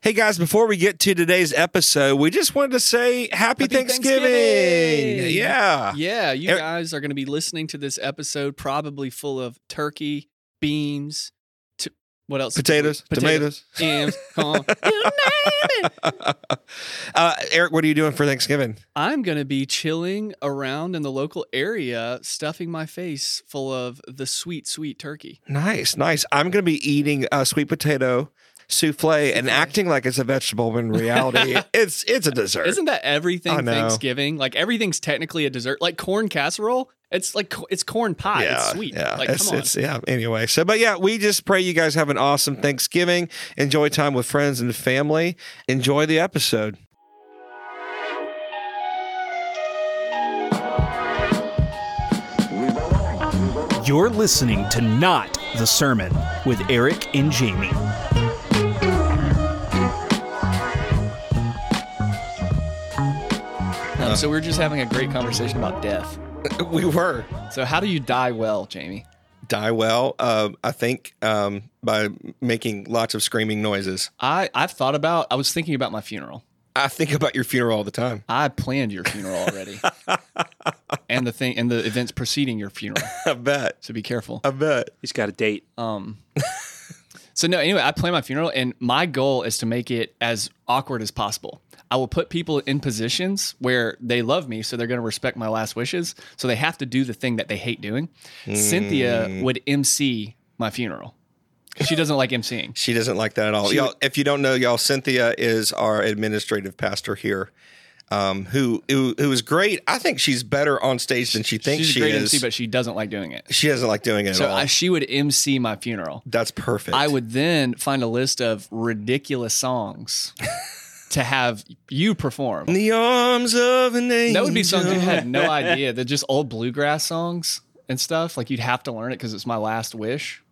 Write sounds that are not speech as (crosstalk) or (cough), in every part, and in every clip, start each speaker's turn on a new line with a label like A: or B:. A: Hey guys, before we get to today's episode, we just wanted to say happy,
B: Happy
A: Thanksgiving.
B: Thanksgiving.
A: Yeah.
B: Yeah, you
A: Er-
B: guys are going to be listening to this episode probably full of turkey, beans, t- what else?
A: Potatoes, tomatoes.
B: (laughs) Yams,
A: (laughs)
B: corn.
A: uh, Eric, what are you doing for Thanksgiving?
B: I'm going to be chilling around in the local area, stuffing my face full of the sweet, sweet turkey.
A: Nice, nice. I'm going to be eating uh, sweet potato souffle and
B: Soufflé.
A: acting like it's a vegetable when in
B: (laughs)
A: reality it's it's a dessert.
B: Isn't that
A: Er, I
B: everything
A: know.
B: Thanksgiving? Like everything's technically a dessert, like corn casserole. It's like co- it's corn pie. it's sweet.
A: Yeah,
B: like
A: it's,
B: come on.
A: it's- yeah. Anyway, so but yeah, we just pray you guys have an awesome Thanksgiving. Enjoy time with friends and family. Enjoy the episode.
C: You're listening to Not the Sermon with Eric and Jamie.
B: Um, so we we're just having a great conversation about death.
A: uh We were
B: So how do you die well, Jamie?
A: die well. Um, I think um, by making lots of screaming noises.
B: I I've thought about. I was thinking about my funeral.
A: I think about your funeral all the
B: (laughs)
A: time.
B: I planned your funeral
A: (laughs)
B: already, and the thing and the events preceding your funeral.
A: I bet.
B: So be careful.
A: I bet.
D: He's got a date.
B: Um. So no, anyway, I plan my funeral, and my goal is to make it as awkward as possible. I will put people in positions where they love me, so they're going to respect my last wishes. So they have to do the thing that they hate doing. Cynthia
A: Mm.
B: would MC my funeral. She doesn't like emceeing.
A: She doesn't like that at all. y'all, if you don't know, y'all, Cynthia is our administrative pastor here, um, who, who who is great. I think she's better on stage than she thinks
B: She's a
A: she
B: great
A: is.
B: MC, but she doesn't like doing it.
A: she doesn't like doing it
B: So
A: at all.
B: I, she would MC my funeral.
A: That's perfect.
B: I would then find a list of ridiculous
A: (laughs)
B: songs to have you perform.
A: In the arms of an angel.
B: That would be songs you
A: (laughs)
B: had no idea. They're just old bluegrass songs and stuff. Like you'd have to learn it because it's my last wish.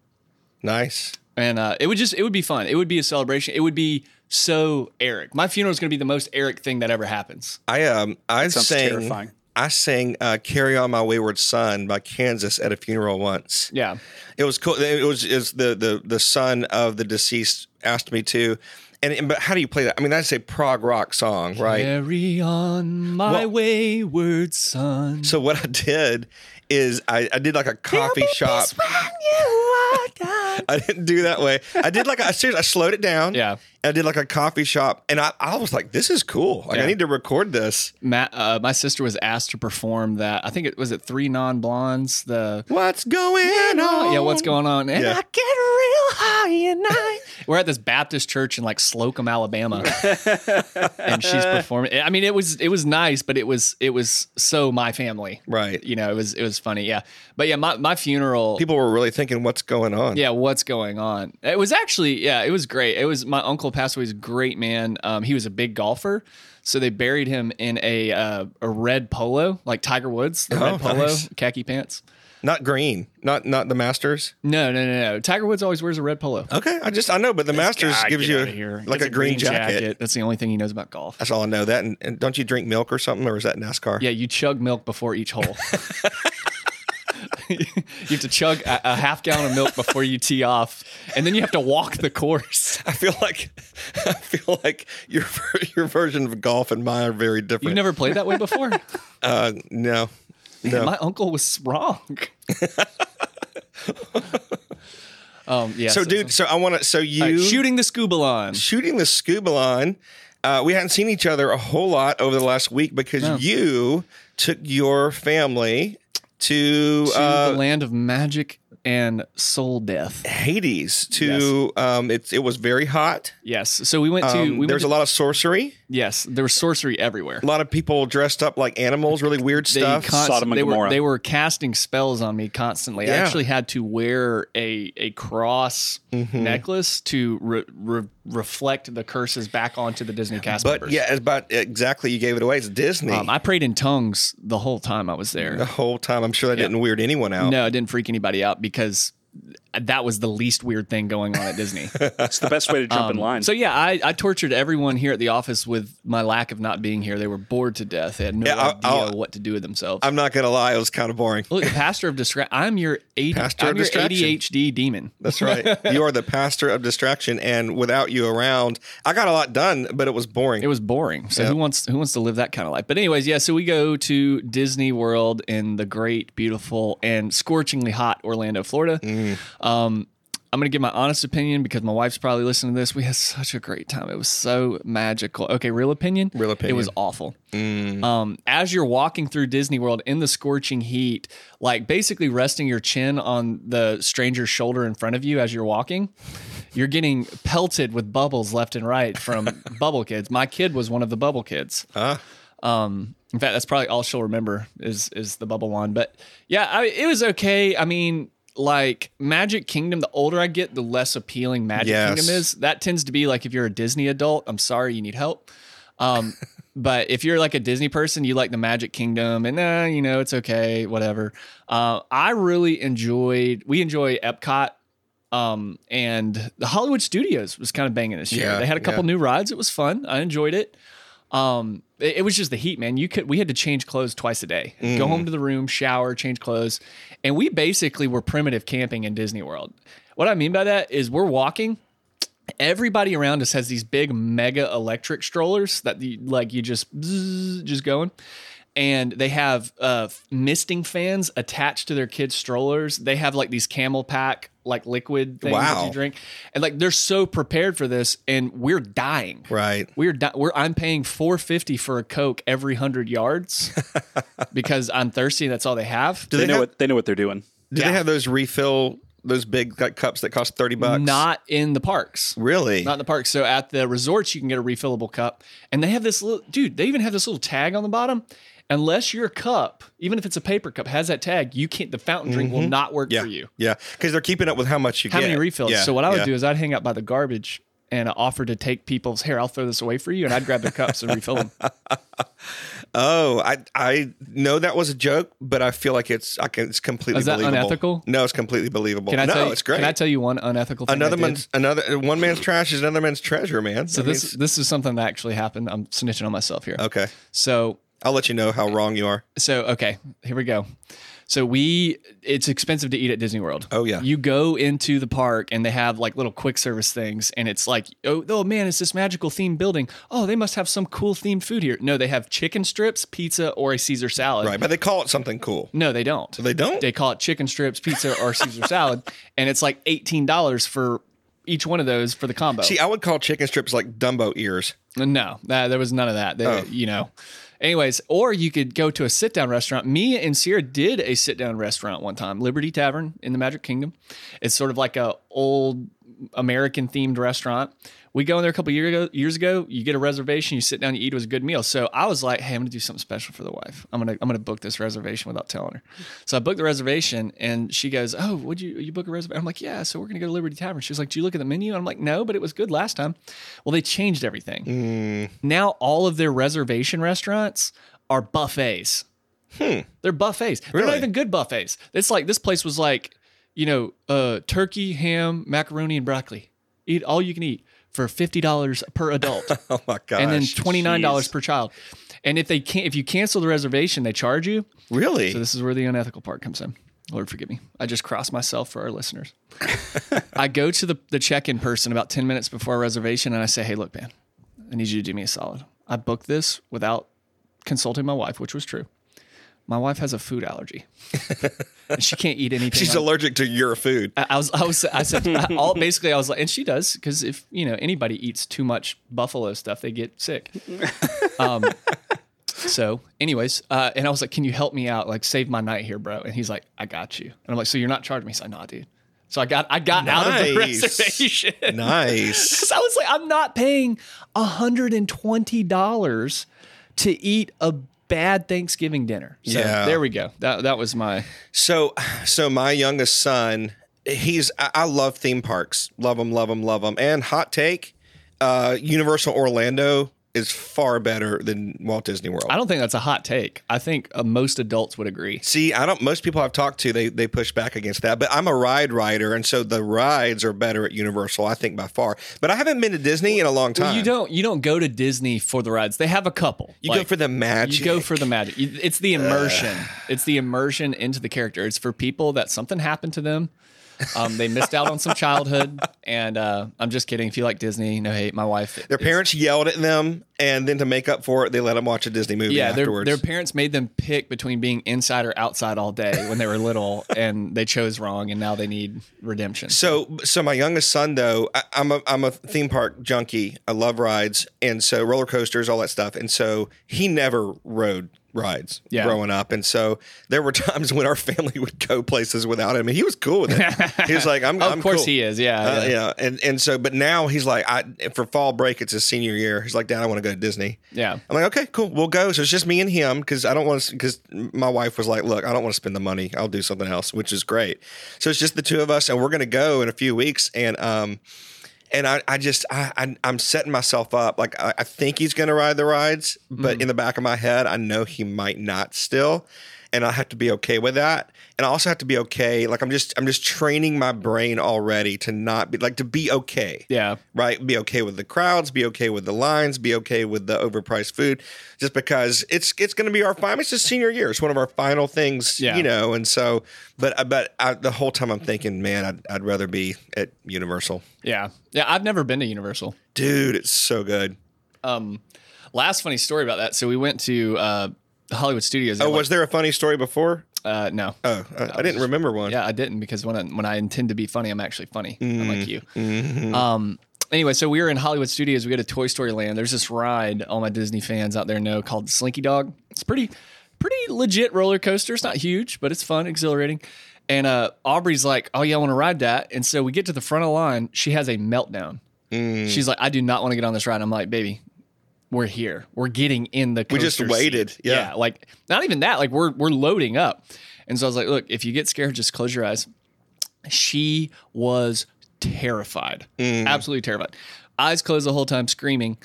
A: Nice.
B: And uh, it would just it would be fun. It would be a celebration. It would be so Eric. My funeral is going to be the most Eric thing that ever happens.
A: I um I
D: sounds
A: sang
D: terrifying.
A: I sang uh, "Carry On My Wayward Son" by Kansas at a funeral once.
B: Yeah.
A: It was cool. It was is the the the son of the deceased asked me to, and, and but how do you play that? I mean, that's a prog rock song, right?
B: Carry on, my
A: Well-
B: wayward son.
A: So what I did is I, I did like a coffee shop. I didn't do that way. I did like (laughs) I seriously I slowed it down.
B: Yeah.
A: And I did like a coffee shop, and I, I was like, "This is cool. Like I
B: Yeah.
A: need to record this."
B: Matt, uh, my sister was asked to perform that. I think it was it three non blondes. The
A: What's going on?
B: yeah, what's going on? And
A: Yeah.
B: I get real high and I. (laughs) We're at this Baptist church in like Slocum,
A: (laughs)
B: Alabama, and she's performing. I mean, it was it was nice, but it was it was so my family,
A: Right.
B: You know, it was it was funny, yeah. But yeah, my my funeral.
A: People were really thinking, "What's going on?"
B: yeah, what's going on? It was actually, yeah, it was great. It was my uncle passed away. He's a great man. Um, he was a big golfer, so they buried him in a uh, a red polo, like Tiger Woods, the
A: Oh,
B: red polo,
A: nice.
B: khaki pants.
A: Not green. Not not the Masters.
B: No, no, no, no. Tiger Woods always wears a red polo.
A: Okay, I just I know, but the Masters
B: God,
A: gives
B: get
A: you
B: outta here.
A: like
B: Gets
A: a, green, jacket.
B: That's the only thing he knows about golf.
A: That's all I know. That and, and don't you drink milk or something, or is that NASCAR?
B: Yeah, you chug milk before
A: (laughs)
B: each hole. you have to chug a, a half gallon of milk before you tee off, and then you have to walk the
A: (laughs)
B: course.
A: I feel like I feel like your (laughs) your version of golf and mine are very
B: You've
A: different.
B: never played that way before.
A: uh, no, no.
B: My uncle was
A: (laughs)
B: wrong. um, yeah.
A: so, dude, so I want to. So you
B: all right, shooting the scuba line.
A: shooting the scuba line. Uh, we hadn't seen each other a whole lot over the last week because you took your family to,
B: To
A: uh,
B: the land of magic and soul death.
A: Hades. To um, it's it was very hot.
B: Yes. So we went to.
A: Um,
B: we
A: there's
B: went to,
A: a lot of sorcery.
B: Yes, there was sorcery everywhere.
A: A lot of people dressed up like animals, really weird stuff.
B: const-
D: Sodom and
B: they were
D: Gomorrah.
B: they were casting spells on me constantly. I
A: Yeah.
B: actually had to wear a a cross
A: Mm-hmm.
B: necklace to re- re- reflect the curses back onto the Disney cast
A: but
B: members.
A: yeah, it's about exactly you gave it away. It's Disney.
B: um, I prayed in tongues the whole time I was there.
D: Oh.
A: the whole time. I'm sure that didn't weird anyone out.
B: No, it didn't freak anybody out because that was the least weird thing going on at Disney.
D: (laughs)
B: Um,
D: It's the best way to jump in line.
B: so yeah, I, I tortured everyone here at the office with my lack of not being here. They were bored to death. They had no
A: Yeah, I-
B: idea
A: I'll-
B: what to do with themselves.
A: I'm not gonna lie, it was kind of boring.
B: Look, the pastor of distraction. I'm your, AD-
A: Pastor of
B: I'm your
A: distraction.
B: ADHD demon.
A: That's right.
B: (laughs)
A: you are the pastor of distraction, and without you around, I got a lot done, but it was boring.
B: It was boring. So who wants who wants to live that kind of life? But anyways, yeah. So we go to Disney World in the great, beautiful, and scorchingly hot Orlando, Florida.
A: Mm.
B: Um, I'm gonna give my honest opinion because my wife's probably listening to this. We had such a great time. It was so magical. Okay, real opinion.
A: Real
B: It
A: opinion.
B: was awful. Um, as you're walking through Disney World in the scorching heat, like basically resting your chin on the stranger's shoulder in front of you as you're walking, you're getting pelted with bubbles left and right from bubble kids. My kid was one of the bubble kids. Um, in fact, that's probably all she'll remember is is the bubble one. But yeah, I, it was okay. I mean, like Magic Kingdom. The older I get, the less appealing Magic
A: Yes.
B: Kingdom is. That tends to be like if you're a Disney adult. I'm sorry, you need help. Um, but if you're like a Disney person, you like the Magic Kingdom, and uh, you know it's okay, whatever. Uh, I really enjoyed. We enjoy Epcot. Um, and the Hollywood Studios was kind of banging this year.
A: Yeah,
B: they had a couple
A: yeah.
B: new rides. It was fun. I enjoyed it. Um, it, it was just the heat, man. You could we had to change clothes twice a day.
A: Mm.
B: Go home to the room, shower, change clothes, and we basically were primitive camping in Disney World. What I mean by that is we're walking. Everybody around us has these big mega electric strollers that you, like you just bzzz, just going. And they have uh, misting fans attached to their kids' strollers. They have like these camel pack, like liquid things that
A: Wow.
B: you drink. And like they're so prepared for this, and we're dying.
A: right.
B: We're, di- we're I'm paying 450 for a Coke every
A: (laughs)
B: 100 yards because I'm thirsty and that's all they have.
A: Do
D: they,
A: they,
D: know
A: have,
D: what they know what they're doing.
A: do they have those refill those big like, cups that cost thirty bucks?
B: Not in the parks.
A: really.
B: Not in the parks. So at the resorts, you can get a refillable cup. And they have this little, dude, they even have this little tag on the bottom. Unless your cup, even if it's a paper cup, has that tag, you can't, the fountain drink will not work
A: Mm-hmm. yeah,
B: for you.
A: yeah, because they're keeping up with how much you
B: How
A: get.
B: many refills?
A: Yeah,
B: So what I would
A: yeah.
B: do is I'd hang out by the garbage and offer to take people's hair. I'll throw this away for you. And I'd grab their cups and
A: (laughs)
B: refill them.
A: Oh, I I know that was a joke, but I feel like it's I can, it's completely
B: Is that
A: believable.
B: unethical?
A: No, it's completely believable.
B: Can I
A: no,
B: tell you,
A: it's great.
B: Can I tell you one unethical thing? I
A: another
B: did?
A: man's another one man's trash is another man's treasure, man.
B: So this this is something that actually happened. I'm snitching on myself here.
A: okay.
B: So
A: I'll let you know how wrong you are.
B: so okay, here we go. So we it's expensive to eat at Disney World.
A: Oh, yeah.
B: You go into the park and they have like little quick service things and it's like, oh, oh man, it's this magical themed building. Oh, they must have some cool themed food here. No, they have chicken strips, pizza, or a Caesar salad.
A: Right, but they call it something cool.
B: No, they don't. So
A: they don't?
B: (laughs) They call it chicken strips, pizza, or Caesar salad, and it's like eighteen dollars for each one of those for the combo.
A: See, I would call chicken strips like Dumbo ears. (laughs)
B: No, nah, there was none of that. They- You know. Anyways, or you could go to a sit down restaurant. Me and Sierra did a sit down restaurant one time, Liberty Tavern in the Magic Kingdom. It's sort of like a old American themed restaurant. We go in there a couple year ago, years ago. You get a reservation, you sit down, you eat. It was a good meal. So I was like, hey, I'm gonna do something special for the wife. I'm gonna I'm gonna book this reservation without telling her. So I booked the reservation, and she goes, oh, would you you book a reservation? I'm like, yeah. So we're gonna go to Liberty Tavern. She's like, do you look at the menu? I'm like, no, but it was good last time. Well, they changed everything now all of their reservation restaurants are buffets. Hmm. They're buffets. They're not
A: Really?
B: even good buffets. It's like this place was like, you know, uh, turkey, ham, macaroni, and broccoli. Eat all you can eat for fifty dollars per adult,
A: Oh my gosh.
B: and then twenty nine dollars
D: jeez.
B: per child. And if they can't, if you cancel the reservation, they charge you.
A: Really?
B: So this is where the unethical part comes in. Lord forgive me. I just crossed myself for
A: (laughs)
B: our listeners. I go to the, the check-in person about 10 minutes before our reservation and I say, hey, look, man, I need you to do me a solid. I booked this without consulting my wife, which was true. My wife has a
A: (laughs)
B: food allergy. and she can't eat anything.
A: She's
B: on-
A: allergic to your food.
B: I I was, I was, I said, I- all, basically, I was like, and she does because if you know anybody eats too much buffalo stuff, they
A: (laughs)
B: get sick. Um, so, anyways, uh, and I was like, can you help me out? Like, save my night here, bro. And he's like, I got you. And I'm like, so you're not charging me? He's like, nah, dude. So I got, I got out of the
A: Nice.
B: reservation. (laughs)
A: nice.
B: So I was like, I'm not paying $120 to eat a bad Thanksgiving dinner. So
A: Yeah.
B: there we go. That, that was my,
A: So, so my youngest son, he's I, I love theme parks, love them, love them, love them. And hot take, uh, Universal Orlando is far better than Walt Disney World.
B: I don't think that's a hot take. I think uh, most adults would agree.
A: See, I don't. Most people I've talked to, they they push back against that. But I'm a ride rider, and so the rides are better at Universal, I think by far. But I haven't been to Disney in a long time.
B: Well, you don't you don't go to Disney for the rides. They have a couple.
A: You go for the magic.
B: You go for the magic. You- It's the immersion. it's the immersion into the character. It's for people that something happened to them. Um, they missed out on some childhood. And uh, I'm just kidding. If you like Disney, no hate. My wife.
A: Their parents yelled at them, and then to make up for it, they let them watch a Disney movie
B: Yeah, their,
A: afterwards.
B: their parents made them pick between being inside or outside all day when they were little, and they chose wrong, and now they need redemption.
A: So, so my youngest son though, I, I'm a I'm a theme park junkie. I love rides, and so roller coasters, all that stuff. And so he never rode rides
B: Yeah.
A: growing up. And so there were (laughs) times when our family would go places without him, and he was cool with it.
B: (laughs)
A: he was like, "I'm,
B: Oh,
A: I'm
B: of course
A: cool.
B: he is. Yeah,
A: Uh,
B: yeah.
A: yeah, and and so, but now he's like, I for fall break, it's his senior year. He's like, Dad, I want to go to Disney.
B: Yeah.
A: I'm like, okay, cool, we'll go. So it's just me and him because I don't want to. Because my wife was like, look, I don't want to spend the money. I'll do something else, which is great. So it's just the two of us, and we're gonna go in a few weeks, and um. And I, I just I, I I'm setting myself up like I, I think he's gonna ride the rides, but
B: Mm-hmm.
A: in the back of my head I know he might not still, and I have to be okay with that. And I also have to be okay like I'm just I'm just training my brain already to not be like to be okay
B: Yeah.
A: right? Be okay with the crowds, be okay with the lines, be okay with the overpriced food, just because it's it's going to be our final. It's just senior year. It's one of our final things,
B: Yeah.
A: you know. And so, but uh, but I, the whole time I'm thinking, man, I'd, I'd rather be at Universal,
B: yeah, yeah. I've never been to Universal.
A: dude. It's so good.
B: Last funny story about that. So we went to uh, Hollywood Studios.
A: Oh, was there a funny story before?
B: uh, no.
A: Oh, I, I didn't remember one.
B: Yeah, I didn't because when I, when I intend to be funny, I'm actually funny, unlike you. Um, anyway, so we were in Hollywood Studios. We go to Toy Story Land. There's this ride all my Disney fans out there know called Slinky Dog. It's pretty pretty legit roller coaster. It's not huge, but it's fun, exhilarating. And uh, Aubrey's like, "Oh yeah, I want to ride that." And so we get to the front of the line. She has a meltdown.
A: Mm.
B: She's like, "I do not want to get on this ride." I'm like, "Baby." We're here. We're getting in the.
A: just
B: coaster seat."
A: waited. Yeah.
B: yeah, like not even that. Like we're we're loading up, and so I was like, "Look, if you get scared, just close your eyes." she was terrified,
A: Mm.
B: absolutely terrified. Eyes closed the whole time, screaming.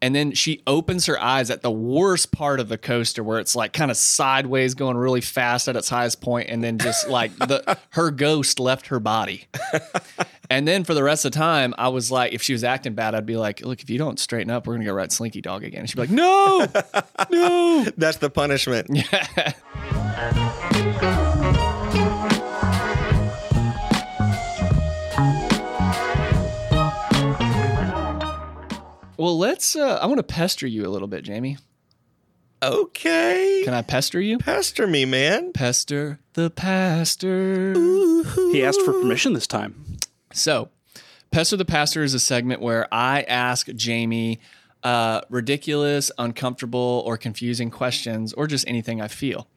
B: And then she opens her eyes at the worst part of the coaster where it's like kind of sideways going really fast at its highest point and then just like
A: (laughs)
B: the her ghost left her body. And then for the rest of the time, I was like, if she was acting bad, I'd be like, look, if you don't straighten up, we're gonna go ride Slinky Dog again. And she'd be like, (laughs) no, no.
A: That's the punishment.
B: Well, let's uh I want to pester you a little bit, Jamie.
A: Okay,
B: Can I pester you?
A: pester me, man.
B: Pester the pastor.
D: He asked for permission this time.
B: So, Pester the Pastor is a segment where I ask Jamie uh, ridiculous, uncomfortable, or confusing questions, or just anything I feel.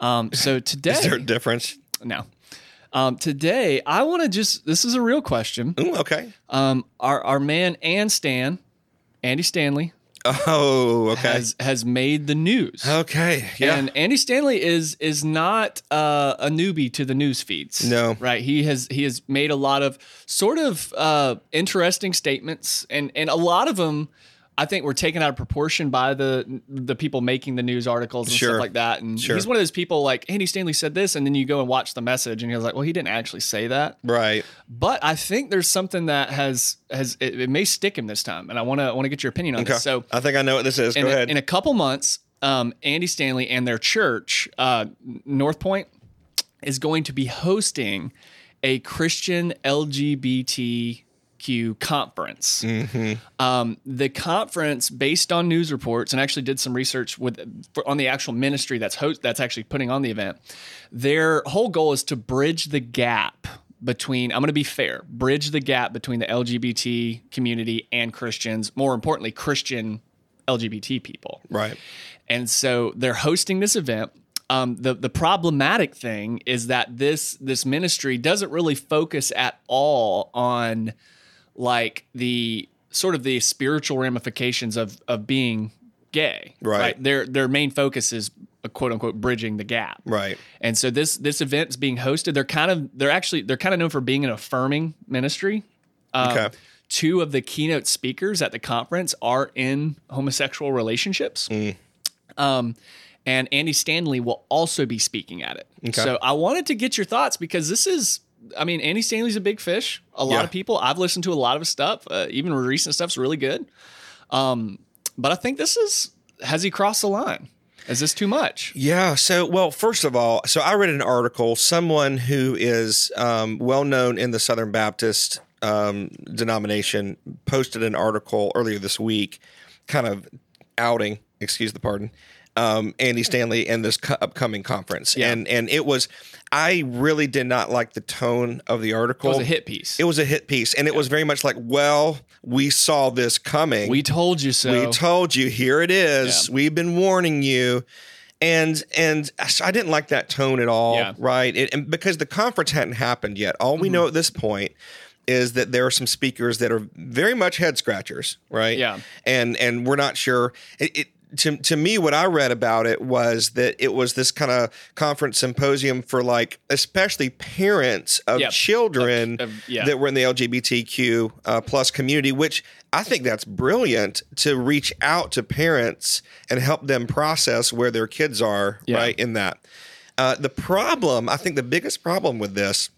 B: Um, (laughs) so today,
A: Is there a difference?
B: no. Um, today, I want to just. This is a real question.
A: Ooh, okay.
B: Um, our our man and Stan, Andy Stanley,
A: Oh, okay.
B: has has made the news.
A: okay. Yeah.
B: And Andy Stanley is is not uh, a newbie to the news feeds.
A: No.
B: right? He has he has made a lot of sort of uh, interesting statements, and and a lot of them, I think, were taken out of proportion by the the people making the news articles and
A: Sure.
B: stuff like that. And
A: Sure.
B: he's one of those people like Andy Stanley said this, and then you go and watch the message, and you're like, well, he didn't actually say that.
A: right.
B: But I think there's something that has has it, it may stick him this time, and I want to want to get your opinion on
A: Okay.
B: this. So
A: I think I know what this is. Go
B: in a,
A: ahead.
B: in a couple months, um, Andy Stanley and their church, uh, North Point, is going to be hosting a Christian LGBTQ conference. Um, the conference, based on news reports, and actually did some research with for, on the actual ministry that's host that's actually putting on the event. Their whole goal is to bridge the gap between. I'm going to be fair. Bridge the gap between the LGBT community and Christians. More importantly, Christian LGBT people.
A: right.
B: And so they're hosting this event. Um, the the problematic thing is that this this ministry doesn't really focus at all on like the sort of the spiritual ramifications of of being gay.
A: Right.
B: Their their main focus is uh, quote unquote bridging the gap.
A: Right.
B: And so this this event is being hosted. They're kind of they're actually they're kind of known for being an affirming ministry. Um,
A: Okay.
B: two of the keynote speakers at the conference are in homosexual relationships.
A: Mm.
B: Um, and Andy Stanley will also be speaking at it. So I wanted to get your thoughts because this is, I mean, Andy Stanley's a big fish. A lot
A: Yeah.
B: of people, I've listened to a lot of his stuff, uh, even recent stuff's really good. Um, but I think this is, has he crossed the line? Is this too much?
A: Yeah. So, well, first of all, so I read an article. Someone who is um, well known in the Southern Baptist um, denomination posted an article earlier this week, kind of outing, excuse the pardon, um, Andy Stanley and this co- upcoming conference. And and it was, I really did not like the tone of the article.
B: It was a hit piece.
A: It was a hit piece, and it was very much like, well, we saw this coming.
B: we told you so.
A: We told you, here it is. We've been warning you. And and so I didn't like that tone at all,
B: Yeah. Mm-hmm.
A: right? It, and because the conference hadn't happened yet, all we know at this point is that there are some speakers that are very much head scratchers, right?
B: Yeah.
A: And and we're not sure. It, it, to, to me, what I read about it was that it was this kind of conference symposium for like, especially parents of
B: Yep.
A: children
B: Of- of- yeah.
A: that were in the LGBTQ uh, plus community, which I think that's brilliant to reach out to parents and help them process where their kids are,
B: Yeah.
A: right? In that, uh, the problem I think the biggest problem with this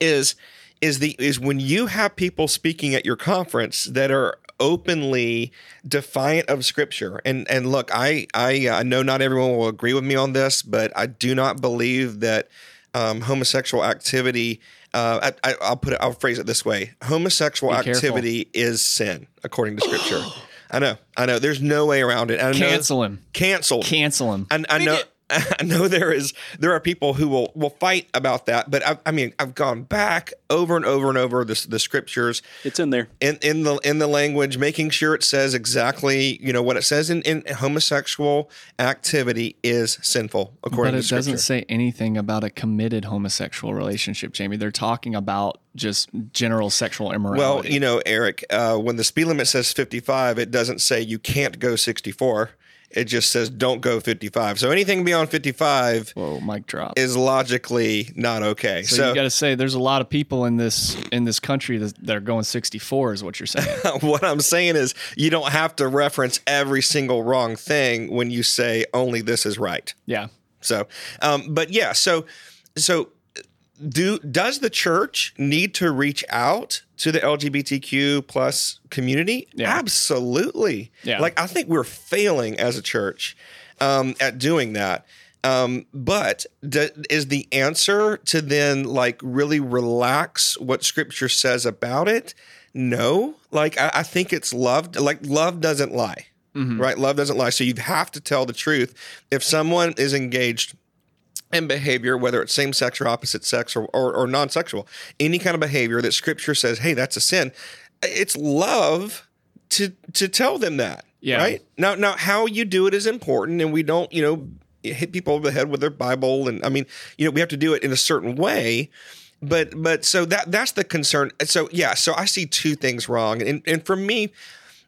A: is is the is when you have people speaking at your conference that are openly defiant of scripture and and look i i uh, i know not everyone will agree with me on this but i do not believe that um, homosexual activity uh, I, I, i'll put it i'll phrase it this way homosexual
B: Be careful.
A: activity is sin according to
B: (gasps)
A: scripture i know i know there's no way around it I know-
B: Cancel him.
A: canceled
B: Cancel him.
A: I, I know. (laughs) I know there is there are people who will will fight about that, but I, I mean I've gone back over and over and over the the scriptures
D: It's in there.
A: in, in the in the language, making sure it says exactly you know what it says. In, in homosexual activity is sinful according
B: But
A: to
B: it
A: scripture.
B: doesn't say anything about a committed homosexual relationship, Jamie. They're talking about just general sexual
A: well,
B: immorality.
A: you know, Eric, uh, when the speed limit says fifty five, it doesn't say you can't go sixty four. It just says don't go fifty five. So anything beyond fifty five
B: Whoa, mic drop.
A: is logically not okay.
B: so, you got to say, there's a lot of people in this in this country that, that are going 64, is what
A: (laughs)
B: you're saying.
A: what I'm saying is you don't have to reference every single wrong thing when you say only this is right.
B: yeah,
A: So, um, but yeah, so so do does the church need to reach out to the LGBTQ plus community?
B: Yeah.
A: Absolutely.
B: Yeah.
A: Like I think we're failing as a church um, at doing that. Um, but d- is the answer to then like really relax what Scripture says about it? No. Like I, I think it's love. Like love doesn't lie. Right, love doesn't lie. So you have to tell the truth. If someone is engaged and behavior, whether it's same sex or opposite sex or, or, or non sexual, any kind of behavior that scripture says, hey, that's a sin, it's love to to tell them that.
B: Yeah.
A: Right? Now now how you do it is important and we don't, you know, hit people over the head with their Bible and I mean, you know, we have to do it in a certain way. But but so that that's the concern. So yeah, so I see two things wrong. And and for me,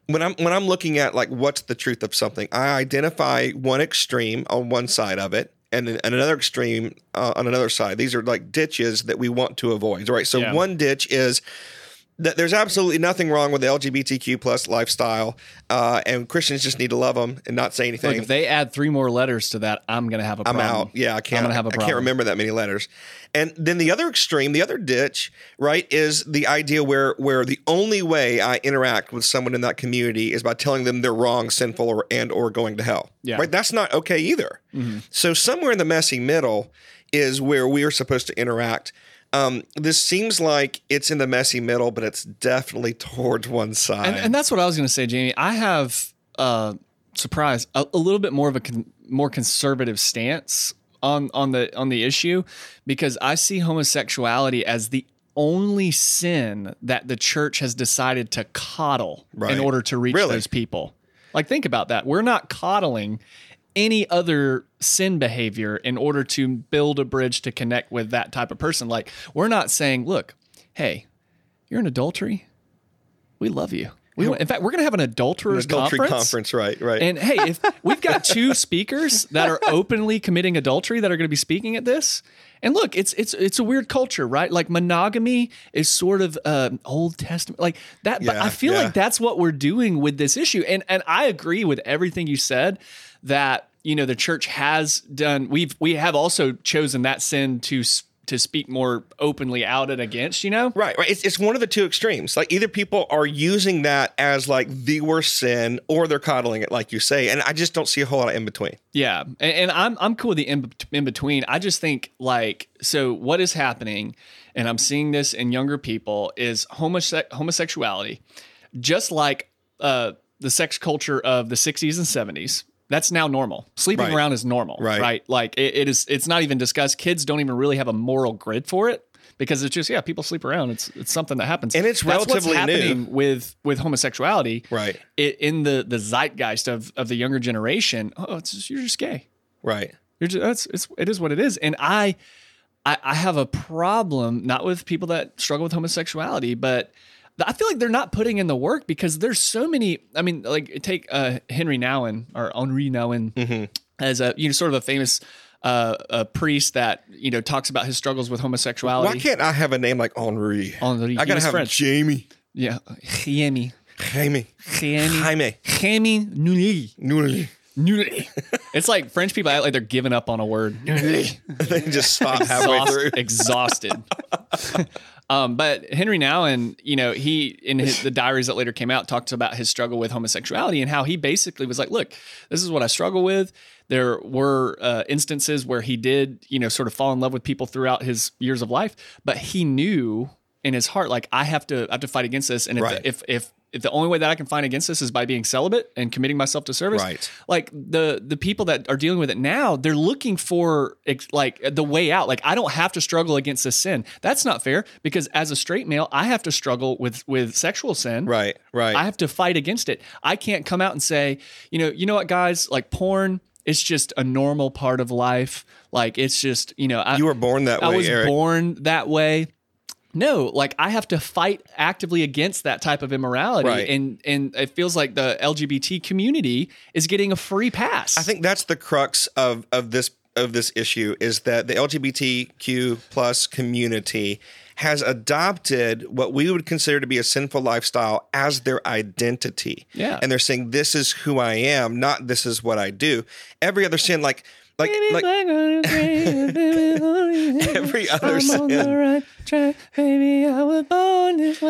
A: when I'm when I'm looking at like what's the truth of something, I identify one extreme on one side of it and, then- and another extreme uh, on another side. These are like ditches that we want to avoid, right? So
B: Yeah.
A: one ditch is that there's absolutely nothing wrong with the LGBTQ plus lifestyle, uh, and Christians just need to love them and not say anything.
B: look, if they add three more letters to that, I'm gonna have a
A: I'm
B: problem.
A: out. Yeah, I can't.
B: I'm gonna have a
A: I
B: problem.
A: can't remember that many letters. And then the other extreme, the other ditch, right, is the idea where where the only way I interact with someone in that community is by telling them they're wrong, sinful, or and or going to hell.
B: Yeah. Mm-hmm.
A: Right. That's not okay either. So somewhere in the messy middle is where we are supposed to interact. Um, this seems like it's in the messy middle, but it's definitely (laughs) towards one side.
B: And, and that's what I was going to say, Jamie. I have uh, surprised a, a little bit more of a con- more conservative stance on on the on the issue because I see homosexuality as the only sin that the church has decided to coddle
A: Right.
B: in order to reach
A: Really?
B: those people. Like think about that. We're not coddling any other sin behavior in order to build a bridge to connect with that type of person. Like we're not saying, look, hey, you're in adultery. We love you. We want, in fact, we're going to have an adulterers
A: Adultery
B: conference.
A: conference, right? Right.
B: And hey, if we've got two speakers that are openly committing adultery that are going to be speaking at this, and look, it's it's it's a weird culture, right? Like monogamy is sort of um, Old Testament, like that. but
A: Yeah,
B: I feel
A: yeah.
B: like that's what we're doing with this issue, and and I agree with everything you said that you know the church has done. We've we have also chosen that sin to s- to speak more openly out and against. You know,
A: Right, right. It's, it's one of the two extremes. Like either people are using that as like the worst sin, or they're coddling it, like you say. And I just don't see a whole lot of in between.
B: Yeah, and, and I'm I'm cool with the in, in between. I just think like so what is happening, and I'm seeing this in younger people is homose- homosexuality, just like uh, the sex culture of the 60s and 70s. That's now normal. Sleeping
A: Right.
B: around is normal,
A: Right.
B: Right? Like it, it is. It's not even discussed. Kids don't even really have a moral grid for it because it's just yeah, people sleep around. It's it's something that happens,
A: And it's relatively new.
B: what's happening with with homosexuality,
A: Right.
B: It, in the the zeitgeist of of the younger generation, oh, it's just, you're just gay.
A: Right.
B: You're just that's it's it is what it is. And I, I I have a problem not with people that struggle with homosexuality, but th- I feel like they're not putting in the work because there's so many. I mean, like take uh, Henry Nouwen or Henri Nouwen
A: Mm-hmm.
B: as a you know sort of a famous. Uh, a priest that you know talks about his struggles with homosexuality.
A: Why can't I have a name like Henri?
B: Henri.
A: I
B: He
A: gotta
B: was
A: have
B: French.
A: Jamie.
B: Yeah, Jaime,
A: Jaime.
B: Jaime,
A: Jaime.
B: Jaime Nunez.
A: Nunez.
B: Nudity. (laughs) it's like French people act like they're giving up on a word. Nudity.
A: (laughs) They just
B: (laughs)
A: stop halfway through. (laughs)
B: exhausted. um, but Henry Nouwen, you know, he in his, the diaries that later came out talked about his struggle with homosexuality and how he basically was like, "Look, this is what I struggle with." There were uh, instances where he did, you know, sort of fall in love with people throughout his years of life, but he knew in his heart, like, I have to, I have to fight against this. And if,
A: Right.
B: if, if if the only way that I can fight against this is by being celibate and committing myself to service,
A: Right.
B: like the the people that are dealing with it now, they're looking for ex- like the way out. Like I don't have to struggle against this sin. That's not fair because as a straight male, I have to struggle with with sexual sin.
A: Right. Right.
B: I have to fight against it. I can't come out and say, you know, you know what, guys, like porn, it's just a normal part of life. Like it's just, you know, I,
A: you were born that
B: I
A: way,
B: was
A: Eric.
B: born that way. No, like I have to fight actively against that type of immorality,
A: Right.
B: and and it feels like the LGBT community is getting a free pass.
A: I think that's the crux of of this of this issue is that the LGBTQ plus community has adopted what we would consider to be a sinful lifestyle as their identity.
B: Yeah.
A: And they're saying this is who I am, not this is what I do. Every other sin like like like (laughs) every other sin.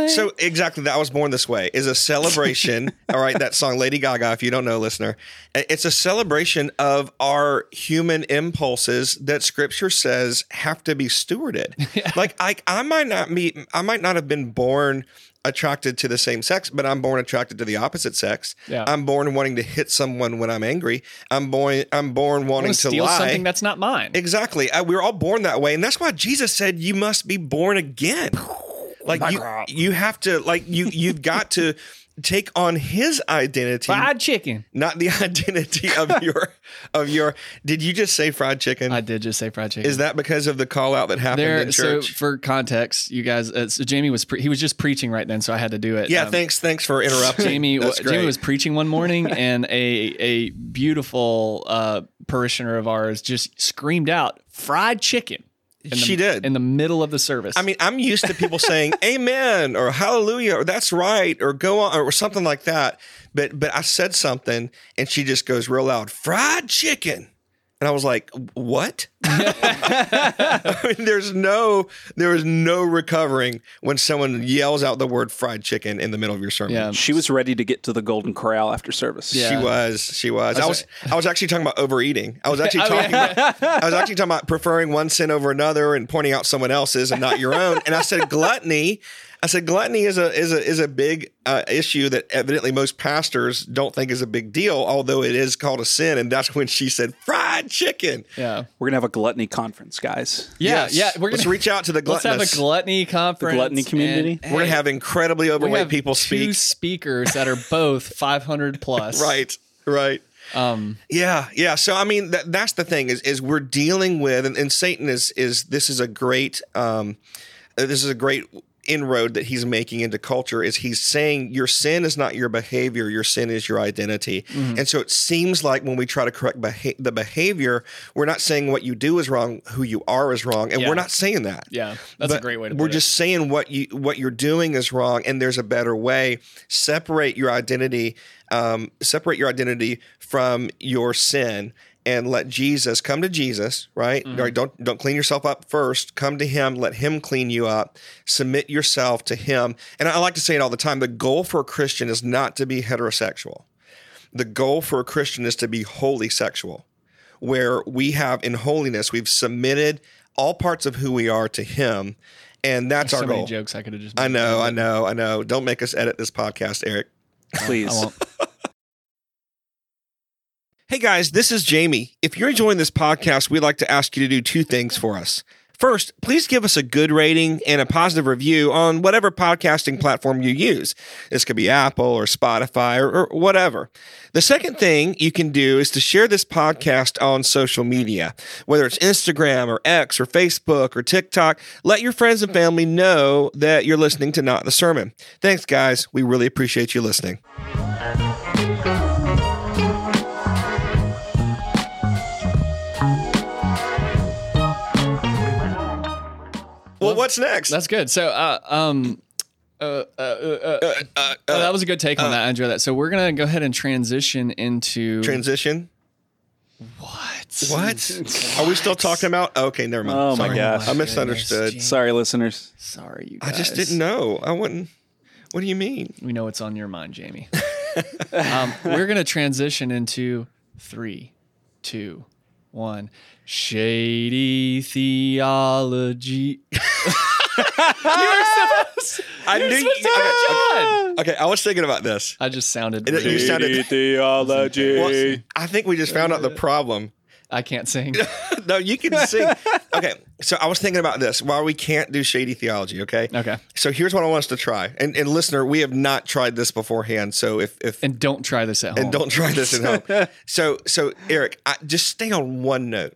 A: So exactly that I was born this way is a
B: (laughs)
A: celebration. all right, that song Lady Gaga, if you don't know, listener, it's a celebration of our human impulses that Scripture says have to be stewarded.
B: (laughs)
A: Like I, I might not meet, I might not have been born attracted to the same sex, but I'm born attracted to the opposite sex.
B: Yeah.
A: I'm born wanting to hit someone when I'm angry. I'm born, I'm born wanting to
B: steal
A: lie.
B: something that's not mine.
A: Exactly. Uh, we were all born that way, and that's why Jesus said you must be born
B: (laughs)
A: again. Like you, you have to like you you've got to take on his identity,
B: Fried chicken.
A: not the (laughs) identity
B: (laughs)
A: of your of your. Did you just say fried chicken?
B: I did just say fried chicken.
A: Is that because of the call out that happened
B: there,
A: in
B: so
A: church?
B: for context, you guys, uh, so Jamie was pre- he was just preaching right then, so I had to do it.
A: yeah.
B: Um,
A: thanks. Thanks for interrupting. (laughs)
B: Jamie,
A: That's
B: Jamie
A: great.
B: was preaching
A: (laughs)
B: one morning, and a a beautiful uh, parishioner of ours just screamed out "fried chicken." in the-
A: She did.
B: in the middle of the service.
A: I mean, I'm used to people saying "Amen" or "Hallelujah" or "That's right" or "Go on" or something like that. But but I said something, and she just goes real loud, "Fried chicken," and I was like, "What?" (laughs) I mean, there's no there is no recovering when someone yells out the word "fried chicken" in the middle of your sermon.
B: yeah,
D: She was ready to get to the Golden Corral after service.
B: Yeah.
A: She was. She was. I was. I was actually talking about overeating.
B: (laughs)
A: I was actually
B: Oh,
A: talking. About, I was actually talking about preferring one sin over another and pointing out someone else's and not your own. And I said gluttony. I said gluttony is a is a is a big uh, issue that evidently most pastors don't think is a big deal, although it is called a sin. And that's when she said fried chicken.
B: yeah,
D: We're gonna have a gluttony conference, guys.
B: yeah,
A: Yes.
B: yeah. We're
A: Let's
B: gonna
A: reach out to the
B: (laughs) let's have a
A: gluttonous.
B: gluttony conference,
D: gluttony community?
B: and-
A: We're gonna
B: hey,
A: have incredibly
B: we
A: overweight
B: have
A: people
B: two
A: speak.
B: speakers
A: (laughs)
B: that are both 500 plus.
A: Right. Right.
B: Um,
A: Yeah, yeah. So I mean, that, that's the thing is is we're dealing with, and, and Satan is is this is a great um, uh, this is a great inroad that he's making into culture is he's saying your sin is not your behavior, your sin is your identity. And so it seems like when we try to correct beha- the behavior, we're not saying what you do is wrong, who you are is wrong, and
B: Yeah.
A: we're not saying that.
B: Yeah, that's a
A: But
B: great way to
A: We're
B: put
A: just saying what you what you're doing is wrong, and there's a better way. Separate your identity, um, separate your identity from your sin, and let Jesus come to Jesus. Right?
B: Mm-hmm.
A: All right, Don't don't clean yourself up first. Come to Him. Let Him clean you up. Submit yourself to Him. And I like to say it all the time. The goal for a Christian is not to be heterosexual the goal for a Christian is to be wholly sexual, where we have in holiness, we've submitted all parts of who we are to Him. And that's
B: so
A: our
B: many
A: goal.
B: jokes I could have just.
A: I
B: made.
A: know, I know, I know. Don't make us edit this podcast, Eric.
D: Please.
B: I won't.
A: Hey guys, this is Jamie. If you're enjoying this podcast, we'd like to ask you to do two things for us. First, please give us a good rating and a positive review on whatever podcasting platform you use. This could be Apple or Spotify or, or whatever. The second thing you can do is to share this podcast on social media, whether it's Instagram or X or Facebook or TikTok. Let your friends and family know that you're listening to Not the Sermon. Thanks, guys. We really appreciate you listening. Well, what's next?
B: That's good. So, uh, um, uh, uh, uh, uh, oh, that was a good take
A: uh,
B: on that. I enjoy that. So we're gonna go ahead and transition into
A: Transition.
B: what?
A: What? Are we still talking about? Okay, never mind.
D: Oh my
A: Sorry.
D: gosh.
A: I misunderstood.
B: Goodness,
D: Sorry, listeners.
B: Sorry, you.
A: I
B: Guys.
A: just didn't know. I wouldn't. What do you mean?
B: We know it's on your
A: (laughs)
B: mind, Jamie. um, we're gonna transition into three, two, one. Shady
A: (laughs)
B: theology.
A: I knew. You, okay, okay, okay, I was thinking about this.
B: I just sounded.
A: It- you
B: rude.
A: sound- (laughs) Sounded-
D: theology.
A: Well, I think we just found out the problem.
B: I
A: (laughs)
B: can't sing.
A: No, you can see. (laughs) Okay, so I was thinking about this. Why we can't do shady theology? Okay.
B: Okay.
A: So here's what I want us to try. And, and listener, we have not tried this beforehand. So if if
B: And don't try this at home.
A: and don't try this at home. So so Eric, I, just stay on one note.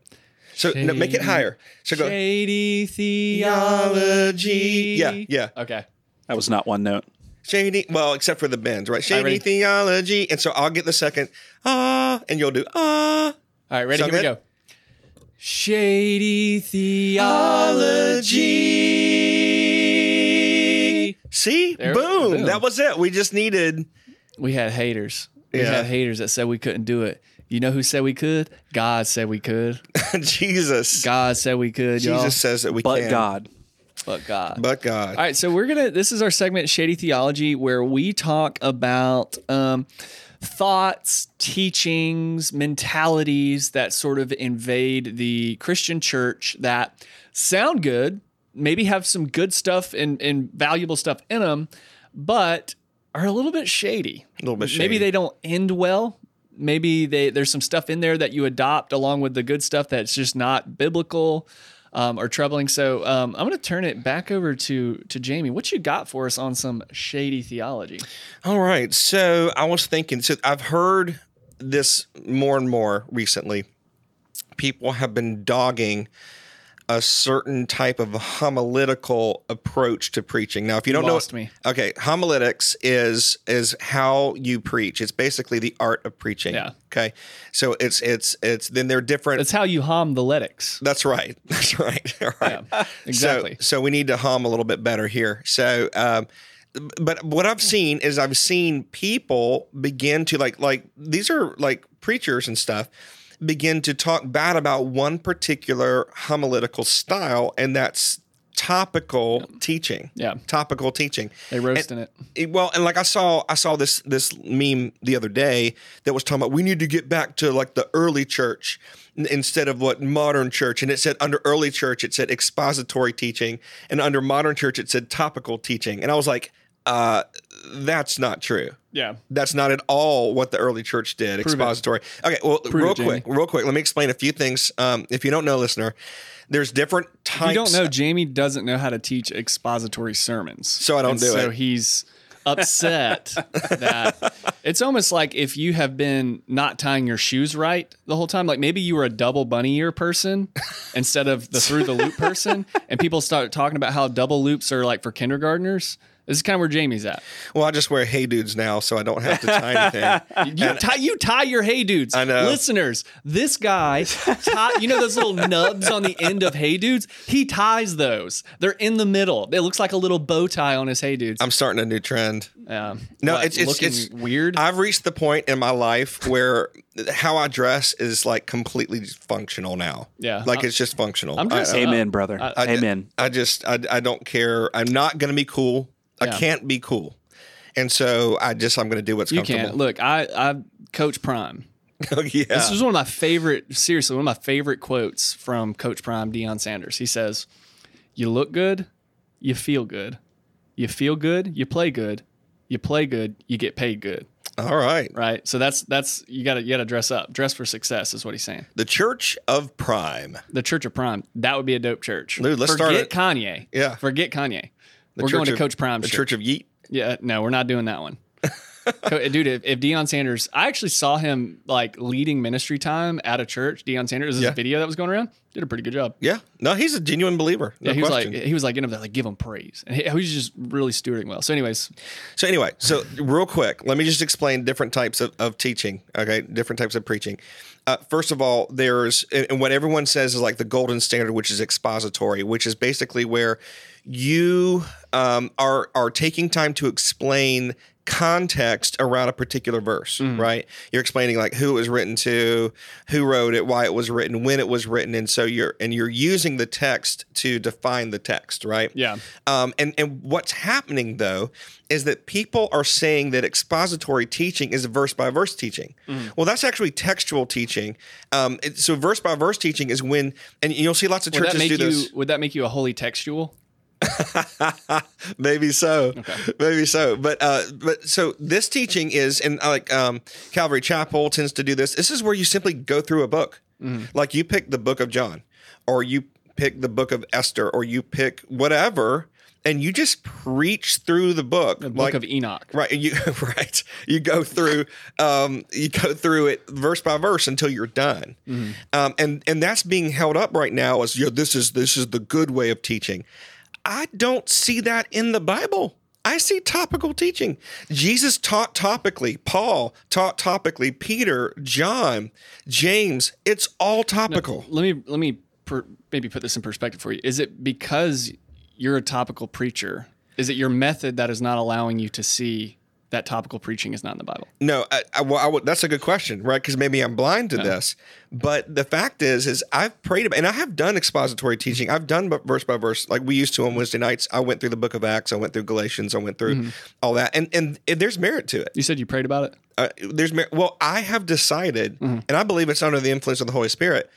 A: So no, make it
B: Shady-
A: higher. So go.
B: Shady theology.
A: Yeah, yeah.
B: Okay.
D: That was not one note.
A: Shady, well, except for the bends, right? Shady
B: ready?
A: theology. And so I'll get the second, ah, and you'll do, ah.
B: All right, ready?
A: Sound
B: here we
A: good?
B: go. Shady theology.
A: See?
B: There-
A: boom.
B: boom.
A: That was it. We just needed, (laughs)
B: We had haters. We
A: Yeah.
B: had haters that said we couldn't do it. You know who said we could? God said we could.
A: Jesus.
B: God said we could, y'all.
A: (laughs) Jesus says that we
D: But
A: can.
D: God.
B: But God.
A: But God.
B: All right, so we're gonna. This is our segment, Shady Theology, where we talk about um, thoughts, teachings, mentalities that sort of invade the Christian church that sound good, maybe have some good stuff and, and valuable stuff in them, but are a little bit shady.
A: A little bit
B: Maybe
A: shady.
B: they don't end well. Maybe they there's some stuff in there that you adopt along with the good stuff that's just not biblical um, or troubling. So um, I'm going to turn it back over to to Jamie. What you got for us on some shady theology?
A: All right. So I was thinking, so I've heard this more and more recently. People have been dogging a certain type of homiletical approach to preaching. Now, if you don't
B: lost
A: know,
B: me.
A: okay, homiletics is is how you preach. It's basically the art of preaching.
B: Yeah.
A: Okay. So it's it's it's then they're different.
B: That's how you hom the letics.
A: That's right. (laughs) That's right. All right.
B: exactly.
A: So, so we need to hum a little bit better here. So, um, but what I've seen is I've seen people begin to like like these are like preachers and stuff begin to talk bad about one particular homiletical style, and that's topical teaching.
B: Yeah.
A: topical teaching.
B: They roast in it.
A: It- well and like i saw i saw this this meme the other day that was talking about we need to get back to like the early church n- instead of what modern church and it said under early church it said expository teaching and under modern church it said topical teaching and i was like uh that's not true
B: Yeah.
A: that's not at all what the early church did. expository. Okay, well, real
B: it, Jamie.
A: quick, real quick. Let me explain a few things. Um, if you don't know, listener, there's different types.
B: You don't know. Jamie doesn't know how to teach expository sermons,
A: So I don't
B: And
A: do
B: So
A: it.
B: he's
A: (laughs)
B: upset that it's almost like if you have been not tying your shoes right the whole time, like maybe you were a double bunny
A: (laughs)
B: ear person instead of the through the loop person, and people start talking about how double loops are like for kindergartners. This is kind of where Jamie's at.
A: Well, I just wear hey dudes now, so I don't have to tie anything.
B: (laughs) You tie, you tie your hey dudes.
A: I know.
B: Listeners, this guy, tie, you know those
A: (laughs)
B: little nubs on the end of hey dudes? He ties those. They're in the middle. It looks like a little bow tie on his hey dudes.
A: I'm starting a new trend.
B: Um,
A: No,
B: what,
A: it's, it's
B: looking
A: it's
B: weird.
A: I've reached the point in my life where how I dress is like completely functional now.
B: Yeah.
A: like it's just functional.
B: I'm
A: I-
B: dressing up.
D: Amen, brother.
A: Uh, I-
D: Amen.
A: I just I, I don't care. I'm not gonna be cool. I
B: Yeah.
A: can't be cool, and so I just I'm gonna do what's
B: you can't
A: comfortable.
B: look. I I coach Prime.
A: (laughs) yeah,
B: This is one of my favorite. Seriously, one of my favorite quotes from Coach Prime, Deion Sanders. He says, "You look good, you feel good, you feel good, you play good, you play good, you get paid good."
A: all right.
B: Right. So that's that's you gotta you gotta dress up. Dress for success is what he's saying.
A: The Church of Prime.
B: The Church of Prime. That would be a dope church.
A: Dude, let's start
B: Forget
A: it.
B: Kanye.
A: Yeah.
B: Forget Kanye.
A: The
B: We're going
A: Church
B: to
A: of-
B: Coach Prime.
A: The Church of Yeet.
B: Yeah, no, we're not doing that
A: (laughs)
B: one. Co- Dude, if, if Deion Sanders, I actually saw him like leading ministry time at a church. Deion Sanders, this is
A: Yeah.
B: a video that was going around, did a pretty good job.
A: Yeah, no, he's a genuine believer. No
B: yeah, he
A: question.
B: was like, he was like, you know, like give him praise, and he, he was just really stewarding well. So, anyways,
A: So anyway, so real quick, let me just explain different types of, of teaching. Okay, different types of preaching. Uh, first of all, there's and and what everyone says is like the golden standard, which is expository, which is basically where you um, are are taking time to explain context around a particular verse, right? You're explaining like who it was written to, who wrote it, why it was written, when it was written, and so you're and you're using the text to define the text, right?
B: Yeah.
A: Um, and and what's happening though is that people are saying that expository teaching is verse by verse teaching.
B: Mm.
A: Well, that's actually textual teaching. Um, it- so verse by verse teaching is when, and you'll see lots of
B: would that
A: churches
B: make
A: do
B: you
A: this.
B: would that make you a holy textual?
A: Maybe so, maybe so. But uh, but so this teaching is, and uh, like um, Calvary Chapel tends to do this. This is where you simply go through a book,
B: Mm-hmm.
A: like you pick the Book of John, or you pick the Book of Esther, or you pick whatever. And you just preach through the book,
B: Book
A: like
B: of Enoch.
A: Right, you (laughs) right. You go through, um, you go through it verse by verse until you're done, um, and and that's being held up right now as yo, this is this is the good way of teaching. I don't see that in the Bible. I see topical teaching. Jesus taught topically. Paul taught topically. Peter, John, James. It's all topical.
B: Let me let me per, maybe put this in perspective for you. Is it because you're a topical preacher? Is it your method that is not allowing you to see that topical preaching is not in the Bible?
A: No, I, I, well, I would, that's a good question, right? Because maybe I'm blind to this. But the fact is, is I've prayed about, and I have done expository teaching. I've done bu- verse by verse, like we used to on Wednesday nights. I went through the Book of Acts, I went through Galatians, I went through all that, and, and and there's merit to it.
B: You said you prayed about it.
A: Uh, there's merit. Well, I have decided,
B: Mm-hmm.
A: and I believe it's under the influence of the Holy Spirit,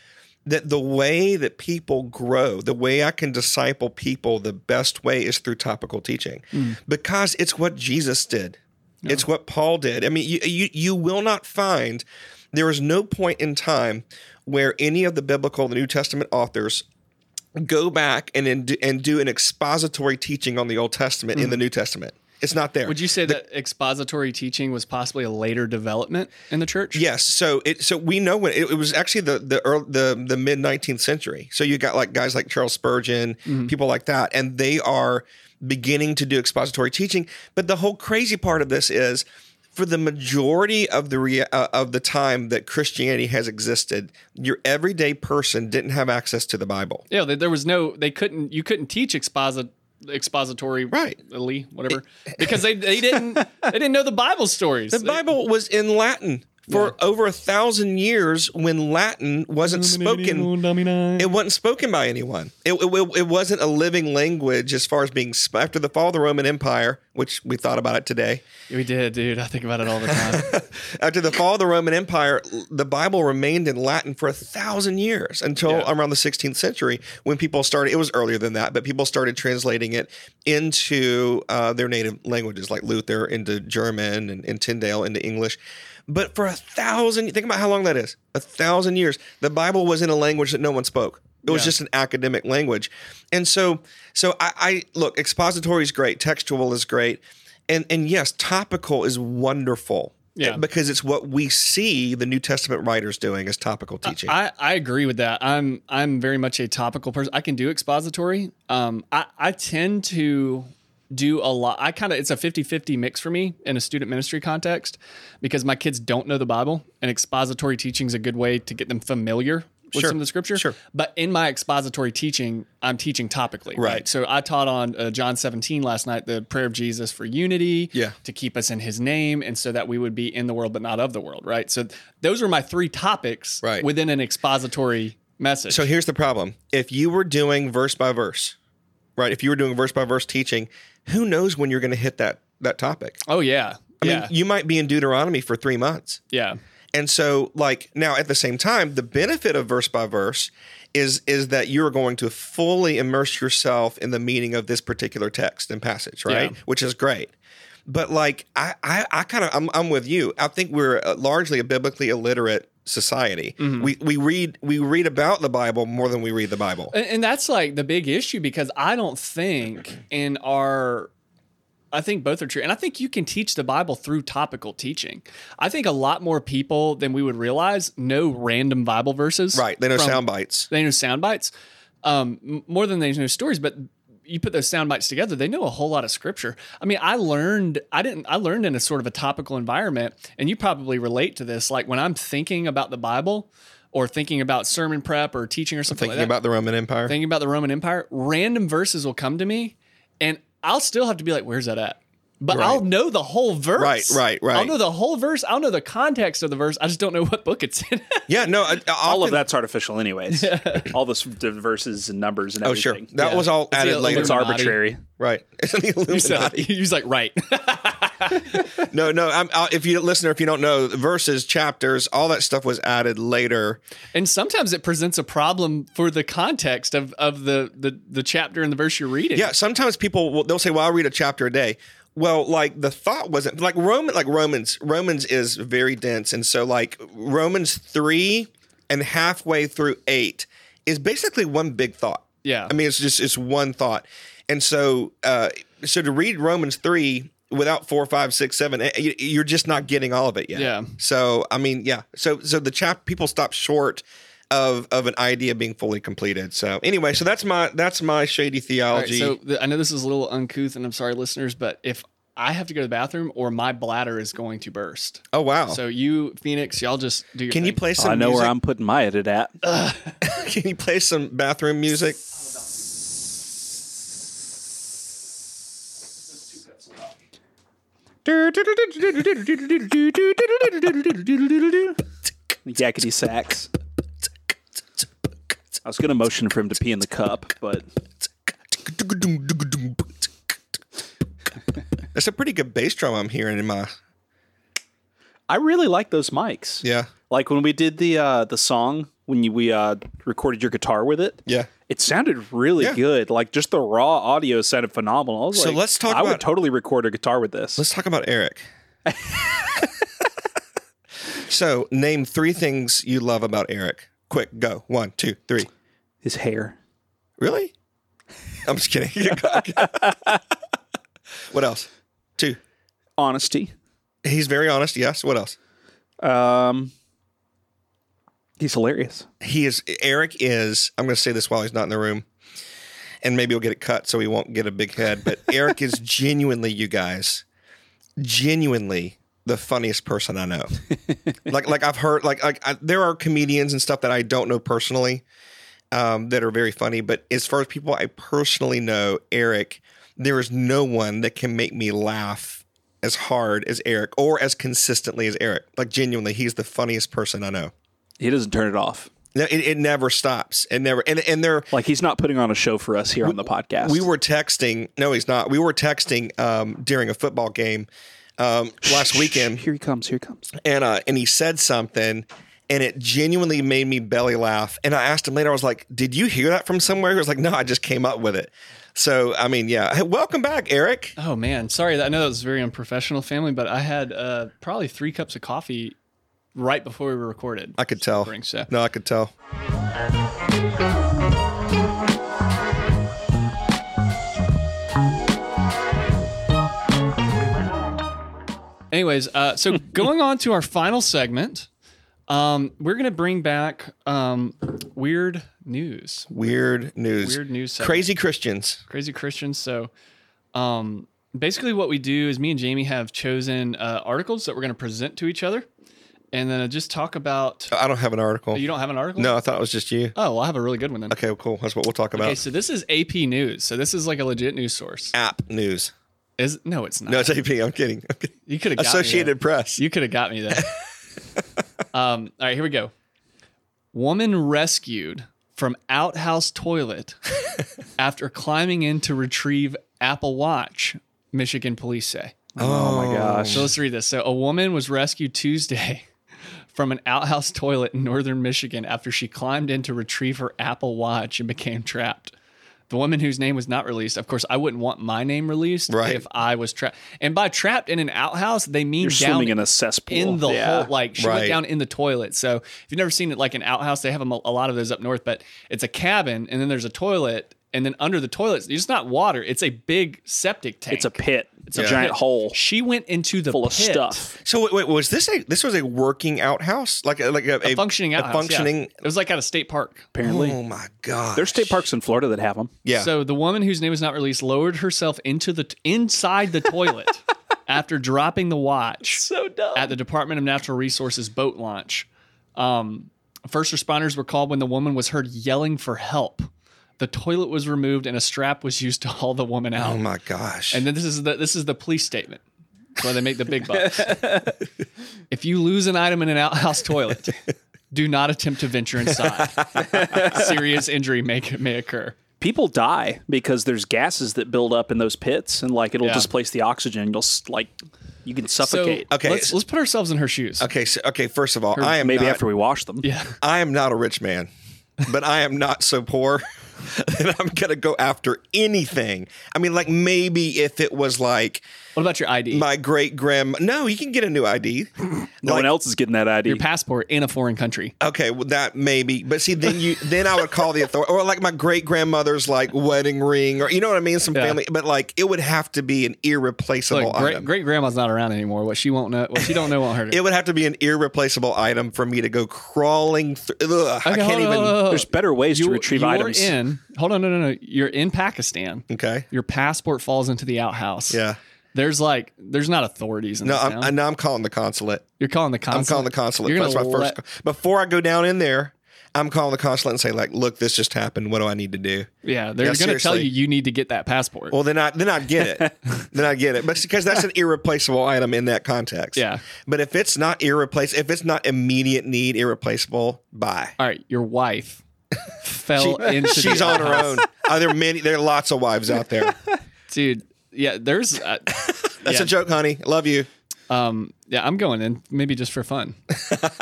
A: that the way that people grow, the way I can disciple people, the best way is through topical teaching,
B: Mm.
A: because it's what Jesus did. It's what Paul did. I mean, you, you you will not find there is no point in time where any of the biblical, the New Testament authors go back and then do, and do an expository teaching on the Old Testament in the New Testament. It's not there.
B: Mm-hmm. Would you say that expository teaching was possibly a later development in the church?
A: Yes. So it so we know when it, it was actually the the early, the the mid nineteenth century. So you got like guys like Charles Spurgeon, people like that, and they are beginning to do expository teaching. But the whole crazy part of this is. For the majority of the rea- uh, of the time that Christianity has existed, your everyday person didn't have access to the Bible.
B: Yeah, there there was no they couldn't you couldn't teach exposit expository
A: Right.
B: ly, whatever
A: (laughs)
B: because they, they didn't they didn't know the Bible stories.
A: The
B: They-
A: Bible was in Latin for over a thousand years when Latin wasn't spoken. It wasn't spoken by anyone. It, it, it wasn't a living language as far as being sp- after the fall of the Roman Empire, which we thought about it today.
B: we did, dude. I think about it all the
A: (laughs)
B: time.
A: After the fall of the Roman Empire, l- the Bible remained in Latin for a thousand years until
B: Yeah.
A: around the 16th century when people started. It was earlier than that, but people started translating it into uh, their native languages, like Luther into German and, and Tyndale into English. But for a thousand, think about how long that is. A thousand years, the Bible was in a language that no one spoke. It was
B: Yeah.
A: just an academic language, and so so I, I look. Expository is great. Textual is great. and and yes, topical is wonderful.
B: Yeah.
A: Because it's what we see the New Testament writers doing as topical teaching.
B: Uh, I, I agree with that. I'm I'm very much a topical person. I can do expository. Um, I, I tend to do a lot. I kind of it's a 50-50 mix for me in a student ministry context because my kids don't know the Bible and expository teaching is a good way to get them familiar with
A: Sure.
B: some of the scripture.
A: Sure.
B: But in my expository teaching, I'm teaching topically.
A: Right.
B: So I taught on uh, John 17 last night, the prayer of Jesus for unity
A: Yeah.
B: to keep us in his name and so that we would be in the world but not of the world, right? So th- those were my three topics
A: Right.
B: within an expository message.
A: so here's the problem: if you were doing verse by verse, right? If you were doing verse by verse teaching, who knows when you're going to hit that that topic?
B: oh yeah.
A: I
B: yeah.
A: mean, you might be in Deuteronomy for three months.
B: yeah.
A: And so like now at the same time, the benefit of verse by verse is is that you're going to fully immerse yourself in the meaning of this particular text and passage, right?
B: Yeah.
A: Which is great. But like I I, I kind of I'm, I'm with you. I think we're uh, largely a biblically illiterate society.
B: Mm-hmm.
A: We we read we read about the Bible more than we read the Bible.
B: And, and that's like the big issue because I don't think in our I think both are true. And I think you can teach the Bible through topical teaching. I think a lot more people than we would realize know random Bible verses.
A: right? They know
B: from-
A: sound bites.
B: They know sound bites um, m- more than they know stories, but you put those sound bites together, they know a whole lot of scripture. I mean, I learned, I didn't, I learned in a sort of a topical environment, and you probably relate to this. Like when I'm thinking about the Bible or thinking about sermon prep or teaching or something
A: Thinking
B: like that,
A: about the Roman Empire.
B: thinking about the Roman Empire, random verses will come to me, and I'll still have to be like, "Where's that at?" But
A: Right.
B: I'll know the whole verse.
A: Right, right, right.
B: I'll know the whole verse. I'll know the context of the verse. I just don't know what book it's in. (laughs)
A: yeah, no, I, I
D: All
A: often-
D: of that's
A: (laughs)
D: artificial, anyways. all this, the verses and numbers and
A: Oh, sure.
D: everything.
A: That was all added
B: the
A: later.
D: It's
B: Illuminati.
D: arbitrary.
A: Right. (laughs) It's the
B: (laughs) You said
A: Illuminati.
B: it. He was like, right.
A: No, no. I'm, i if you listener, if you don't know, verses, chapters, all that stuff was added later.
B: and sometimes it presents a problem for the context of, of the, the, the chapter and the verse you're reading.
A: Yeah, sometimes people will, they'll say, "Well, I read a chapter a day." Well, like the thought wasn't like Roman, like Romans. Romans is very dense, and so like Romans three and halfway through eight is basically one big thought.
B: Yeah.
A: I mean, it's just it's one thought, and so uh, so to read Romans three without four, five, six, seven, eh, you- you're just not getting all of it yet.
B: Yeah.
A: So I mean, yeah. So so the chap people stop short of of an idea being fully completed. So anyway, so that's my that's my shady
B: All right,
A: theology.
B: so the, I know this is a little uncouth, and I'm sorry, listeners, but if I have to go to the bathroom or my bladder is going to burst.
A: oh wow.
B: So you, Phoenix, y'all just do your
A: can you
B: thing.
A: play some?
D: I know
A: music? Uh,
D: where I'm putting my edit at.
A: (laughs) Can you play some bathroom music?
D: Yakety sax. I was gonna motion for him to pee in the cup, but
A: That's a pretty good bass drum I'm hearing in my
D: I really like those mics.
A: yeah
D: Like when we did the uh, the song when you, we uh, recorded your guitar with it.
A: yeah.
D: It sounded really
A: Yeah.
D: good. Like just the raw audio sounded phenomenal. I was
A: So
D: like,
A: let's talk
D: I
A: about-
D: would totally record a guitar with this.
A: Let's talk about
B: (laughs)
A: Eric. so name three things you love about Eric. Quick, go. One, two, three.
D: His hair.
A: Really? I'm just kidding. (laughs)
B: (laughs)
A: what else? Two.
D: Honesty.
A: He's very honest. Yes. What else?
D: Um He's hilarious.
A: He is. Eric is. I'm going to say this while he's not in the room, and maybe he'll get it cut so he won't get a big head. But Eric is genuinely, you guys, genuinely the funniest person I know. like, like I've heard, like, like I, there are comedians and stuff that I don't know personally um, that are very funny. But as far as people I personally know, Eric, there is no one that can make me laugh as hard as Eric or as consistently as Eric. Like, genuinely, he's the funniest person I know.
D: He doesn't turn it off.
A: No, it, it never stops. It never and and there
D: Like he's not putting on a show for us here on the podcast.
A: we were texting. No, he's not. We were texting um, during a football game um, last weekend,
D: Here he comes. Here he comes.
A: and uh, and he said something, and it genuinely made me belly laugh. And I asked him later. I was like, "Did you hear that from somewhere?" He was like, "No, I just came up with it." So I mean, yeah. Hey, welcome back, Eric.
B: Oh man, sorry. I know that was very unprofessional, family, but I had uh, probably three cups of coffee right before we were recorded.
A: I could tell.
B: Bring Seth.
A: No, I could tell.
B: Anyways,
A: (laughs)
B: uh, so going on to our final segment, um, we're gonna bring back um, weird news,
A: Weird news.
B: weird news, segment.
A: Crazy Christians.
B: crazy Christians. So, um, basically, what we do is me and Jamie have chosen uh, articles that we're gonna present to each other, and then uh, just talk about.
A: I don't have an article.
B: Oh, You don't have an article?
A: Oh. No, I thought it was just you.
B: Oh, well, I have a really good one then.
A: Okay, well, cool. That's what we'll talk about.
B: Okay, so this is AP News. So this is like a legit news source.
A: App news.
B: Is no, it's not.
A: No, it's AP. I'm kidding. I'm kidding.
B: you could have
A: Associated Press.
B: You could have got me there.
D: (laughs)
B: um, all right, here we go. Woman rescued from outhouse
D: (laughs)
B: toilet after climbing in to retrieve Apple Watch, Michigan police say.
D: Oh my gosh.
B: So let's read this. So a woman was rescued Tuesday (laughs) from an outhouse toilet in northern Michigan after she climbed in to retrieve her Apple Watch and became trapped. The woman whose name was not released, of course, I wouldn't want my name released
A: Right.
B: if I was trapped. And by trapped in an outhouse, they mean
D: You're
B: down
D: swimming in a cesspool.
B: in the
D: Yeah.
B: hole. Like she
A: Right.
B: went down in the toilet. So if you've never seen it, like an outhouse, they have 'em a a lot of those up north. But it's a cabin, and then there's a toilet, and then under the toilet, it's not water. It's a big septic tank.
D: it's a pit. It's a
A: Yeah.
D: giant hole
B: She went into the
D: full of
B: pit.
D: stuff.
A: So wait, wait, was this a this was a working outhouse like a, like a, a-
B: Functioning
A: a
B: outhouse. yeah.
A: functioning.
B: It was like at a state park.
D: Apparently,
A: Oh my god!
D: there's state parks in Florida that have them.
A: yeah.
B: So the woman whose name was not released lowered herself into the inside the toilet
D: (laughs)
B: after dropping the watch.
D: So dumb.
B: at the Department of Natural Resources boat launch. Um, first responders were called when the woman was heard yelling for help. The toilet was removed and a strap was used to haul the woman out.
A: oh my gosh!
B: And then this is the this is the police statement. That's why they make the big
D: (laughs)
B: bucks. if you lose an item in an outhouse
D: (laughs)
B: toilet, do not attempt to venture inside. Serious injury may may occur.
D: People die because there's gases that build up in those pits, and like it'll
B: Yeah.
D: displace the oxygen. You'll s- like you can
B: So
D: suffocate.
A: Okay,
B: let's
A: so-
B: let's put ourselves in her shoes.
A: okay, so, okay. First of all, I am
D: Maybe
A: not,
D: after we wash them.
B: Yeah.
A: I am not a rich man, but I am not so poor (laughs) that I'm gonna go after anything. I mean, like maybe if it was like
B: What about your ID?
A: my great grand. No, you can get a new ID.
D: No one else is getting that ID.
B: your passport in a foreign country.
A: Okay, well, that maybe, but see, then you then I would call the authority, or like my great grandmother's like wedding ring, or you know what I mean, some
B: Yeah.
A: family. But like, it would have to be an irreplaceable
B: Look, great
A: item.
B: great grandma's not around anymore. What she won't know, what she don't know won't hurt
A: (laughs)
B: her.
A: It would have to be an irreplaceable item for me to go crawling through. Ugh, I
B: Okay, oh,
A: can't
B: hold on,
A: even.
B: hold on, hold on.
D: There's better ways to
B: You-
D: retrieve
B: you're
D: items.
B: In hold on, no, no, no. You're in Pakistan.
A: Okay.
B: Your passport falls into the outhouse.
A: Yeah.
B: There's like there's not authorities in
A: No,
B: this
A: I'm,
B: town.
A: I, no, I'm calling the consulate.
B: you're calling the
A: I'm
B: consulate.
A: calling the consulate.
B: You're
A: That's my
B: gonna
A: first.
B: let-
A: Before I go down in there, I'm calling the consulate and say like, "Look, this just happened. What do I need to do?"
B: Yeah, they're
A: Yeah,
B: going to tell
A: seriously.
B: you you need to get that passport.
A: Well, then I then I get
B: (laughs)
A: it. then I get it. But because that's an irreplaceable item in that context.
B: Yeah.
A: But if it's not irreplaceable, if it's not immediate need, irreplaceable, bye.
B: All right,
A: (laughs)
B: your wife fell into
A: She's
B: the
A: on her own.
B: outhouse.
A: Are there many? There are lots of wives out
B: (laughs)
A: there.
B: dude. Yeah, there's. Uh,
A: That's
B: Yeah.
A: a joke, honey. Love you.
B: um, yeah, I'm going in maybe just for fun.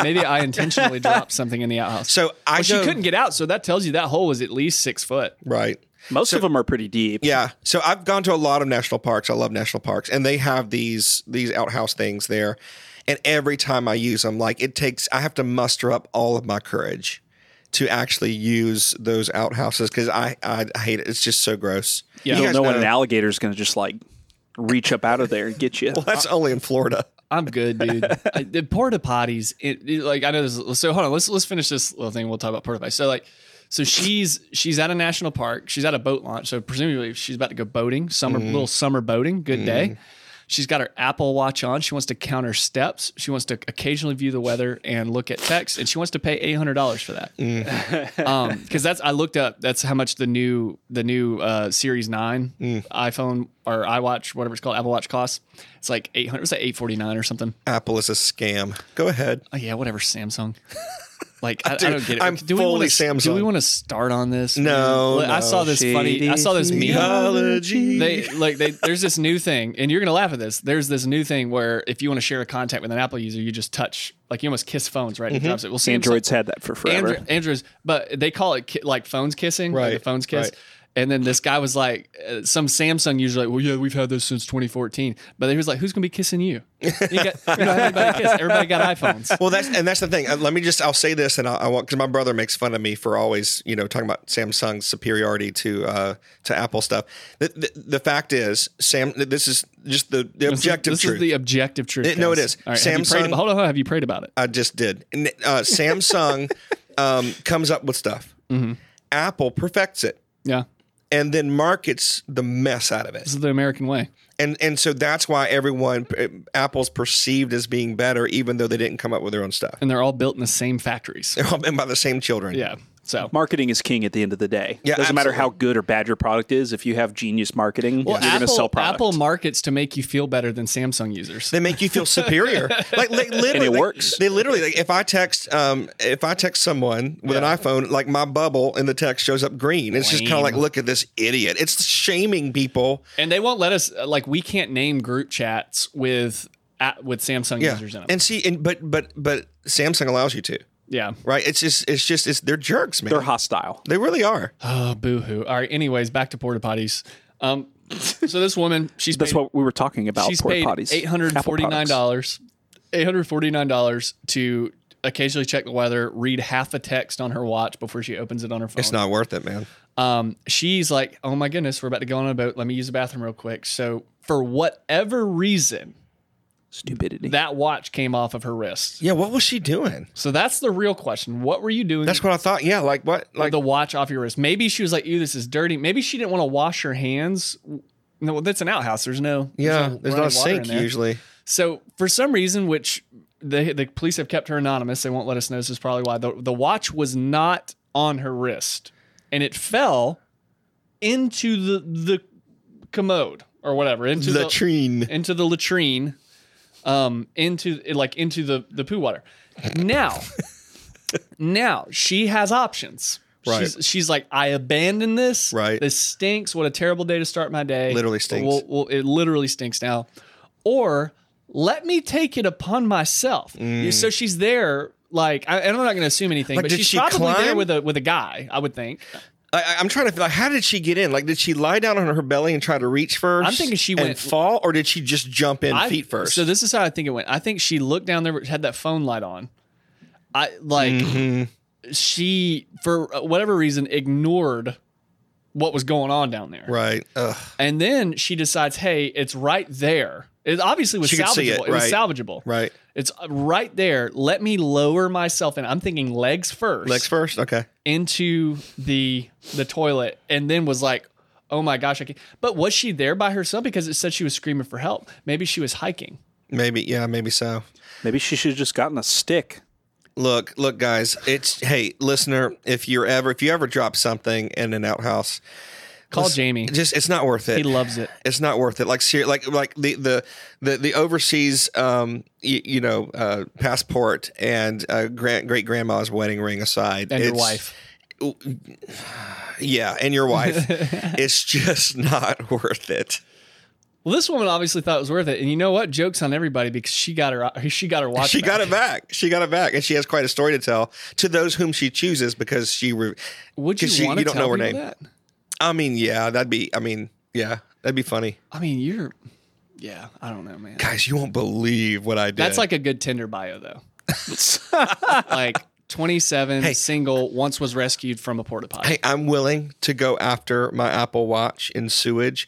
B: Maybe
A: (laughs)
B: I intentionally dropped something in the outhouse.
A: So I
B: Well, she
A: go-
B: couldn't get out, so that tells you that hole was at least six foot.
A: Right.
D: Most of them are pretty deep.
A: Yeah. So I've gone to a lot of national parks. I love national parks, and they have these these outhouse things there. And every time I use them, like it takes, I have to muster up all of my courage to actually use those outhouses because I, I hate it. It's just so gross.
B: Yeah.
A: You
D: you
A: guys
D: don't know when
A: know-
D: an alligator is going to just like reach up out of there and get you.
A: That's only in Florida.
B: I'm
A: (laughs)
B: good, dude. I, the porta potties, it, it- like I know. This, so hold on, let's let's finish this little thing. We'll talk about porta potties. So like, so she's she's at a national park. She's at a boat launch. So presumably she's about to go boating. Summer
A: Mm-hmm.
B: little summer boating. Good day. She's got her Apple Watch on. She wants to count her steps. She wants to occasionally view the weather and look at text. And she wants to pay eight hundred dollars for that. Um, because that's I looked up. That's how much the new the new uh, Series Nine
A: Mm.
B: iPhone or iWatch, whatever it's called, Apple Watch costs. It's like eight hundred. It's like eight forty nine or something.
A: Apple is a scam. Go ahead.
B: Oh yeah,
A: (laughs)
B: whatever, Samsung. Like I, I don't get it.
A: I'm
B: do we
A: fully
B: wanna, Do we
A: Samsung.
B: want to start on this? man?
A: No,
B: Like,
A: no.
B: I saw this funny. I saw this meme.
A: Theology.
B: They like they. There's this new thing, and you're gonna laugh at this. There's this new thing where if you want to share a contact with an Apple user, you just touch. Like you almost kiss phones,
A: Mm-hmm.
B: right? It drops it. Well, Samsung,
D: Androids had that for forever.
B: Andrew, Andrews, but they call it ki- like phones kissing, like
A: Right,
B: the phones kiss.
A: right.
B: And then this guy was like, uh, some Samsung user like, well, yeah, we've had this since 2014. But he was like, who's gonna be kissing you? You, got, you don't have anybody to kiss. Everybody got iPhones.
A: Well, that's and that's the thing. Uh, Let me just I'll say this, and I, I want because my brother makes fun of me for always you know talking about Samsung's superiority to uh, to Apple stuff. The, the, the fact is, Sam, this is just the, the
B: This is-
A: objective
B: this
A: truth.
B: is the objective truth.
A: It- no, it
B: guys.
A: is.
B: All right, have you prayed
A: Samsung-
B: about- hold on, hold on. Have you prayed about it?
A: I just did. N- Uh,
B: (laughs)
A: Samsung um, comes up with stuff.
B: Mm-hmm.
A: Apple perfects it
B: Yeah,
A: and then markets the mess out of it.
B: this is the American way.
A: and and so that's why everyone eh, Apple's perceived as being better, even though they didn't come up with their own stuff. (laughs)
B: and they're all built in the same factories.
A: They're all been by the same children.
B: Yeah. So
D: Marketing is king at the end of the day.
A: Yeah,
D: doesn't matter how
A: absolutely.
D: good or bad your product is. If you have genius marketing,
B: well,
D: you're going to
B: Apple,
D: sell product.
B: Apple markets to make you feel better than Samsung users.
A: They make you feel
B: (laughs)
A: superior. like they literally,
D: it
A: they-
D: works.
A: They literally, like, if I text, um, if I text someone with an iPhone, like my bubble in the text shows up green. It's just kind of like, look at this idiot. It's shaming people.
B: And they won't let us like we can't name group chats with at, with Samsung
A: Yeah,
B: users in them.
A: and see, and but but but Samsung allows you to,
B: yeah.
A: right? It's just it's just it's they're jerks, man.
D: They're hostile.
A: They really are.
B: Oh, boohoo. All right. Anyways, back to porta potties. Um, so this woman, she's
D: That's
B: paid,
D: what we were talking about.
B: she's
D: porta
B: paid
D: potties.
B: eight hundred forty nine dollars, eight hundred forty nine dollars to occasionally check the weather, read half a text on her watch before she opens it on her phone.
A: It's not worth it, man.
B: um, she's like, "Oh my goodness, we're about to go on a boat. Let me use the bathroom real quick." So for whatever reason,
D: Stupidity.
B: that watch came off of her wrist.
A: Yeah, what was she doing?
B: So that's the real question. What were you doing?
A: That's what I thought. Yeah, like what?
B: with
A: Like
B: the watch off your wrist. Maybe she was like, "Ew, this is dirty." Maybe she didn't want to wash her hands. No, that's an outhouse. There's no
A: yeah, there's not a
B: running water in
A: sink
B: there.
A: usually.
B: So for some reason, which the the police have kept her anonymous, they won't let us know. This is probably why the the watch was not on her wrist, and it fell into the the commode or whatever into the,
A: Latrine.
B: into the latrine, um, into like into the the poo water.
A: (laughs)
B: Now, now she has options.
A: Right.
B: She's, she's like, I abandon this.
A: Right.
B: This stinks. What a terrible day to start my day.
A: Literally stinks.
B: Well, well, it literally stinks now. Or let me take it upon myself. So she's there. Like, I, and I'm not going to assume anything,
A: Like,
B: but
A: Mm. did
B: she's
A: she
B: probably there
A: climb?
B: with a with a guy. I would think.
A: I, I- I'm trying to feel like how did she get in? Like did she lie down on her belly and try to reach first?
B: I'm thinking she
A: and
B: went-
A: fall, or did she just jump in
B: I-
A: feet first?
B: So this is how I think it went. I think she looked down there, had that phone light on. I like
A: Mm-hmm.
B: she for whatever reason ignored what was going on down there,
A: right. Ugh.
B: and then she decides, "Hey, it's right there." It obviously was
A: She could
B: salvageable.
A: see
B: It,
A: it,
B: was
A: right.
B: salvageable.
A: Right.
B: It's right there. Let me lower myself, and I'm thinking legs first,
A: Legs first. Okay.
B: into the the toilet, and then was like. Oh my gosh! I can't. But was she there by herself? Because it said she was screaming for help. Maybe she was hiking.
A: Maybe. Yeah. Maybe so.
D: Maybe she should have just gotten a stick.
A: Look, look, guys. It's hey, listener. If you're ever, if you ever drop something in an outhouse,
B: Call Jamie.
A: just it's not worth it.
B: He loves it.
A: It's not worth it. Like ser- like like the the the, the overseas um you, you know uh, passport and uh, grand, great grandma's wedding ring aside,
B: And your
A: it's-
B: wife.
A: yeah, and your wife, it's just not (laughs) worth it.
B: Well, this woman obviously thought it was worth it, and you know what? Jokes on everybody because she got her. She got her watch.
A: She
B: back.
A: got it back. She got it back, and she has quite a story to tell to those whom she chooses because she. Re-
B: Would you
A: 'cause she-
B: want to
A: you don't
B: tell
A: know her
B: people
A: name.
B: that?
A: I mean, yeah, that'd be. I mean, yeah, that'd be funny,
B: I mean, you're. Yeah, I don't know, man.
A: guys. You won't believe what I did.
B: That's like a good Tinder
A: (laughs)
B: bio, though. like twenty-seven, single, once was rescued from a porta potty.
A: hey, I'm willing to go after my Apple Watch in sewage.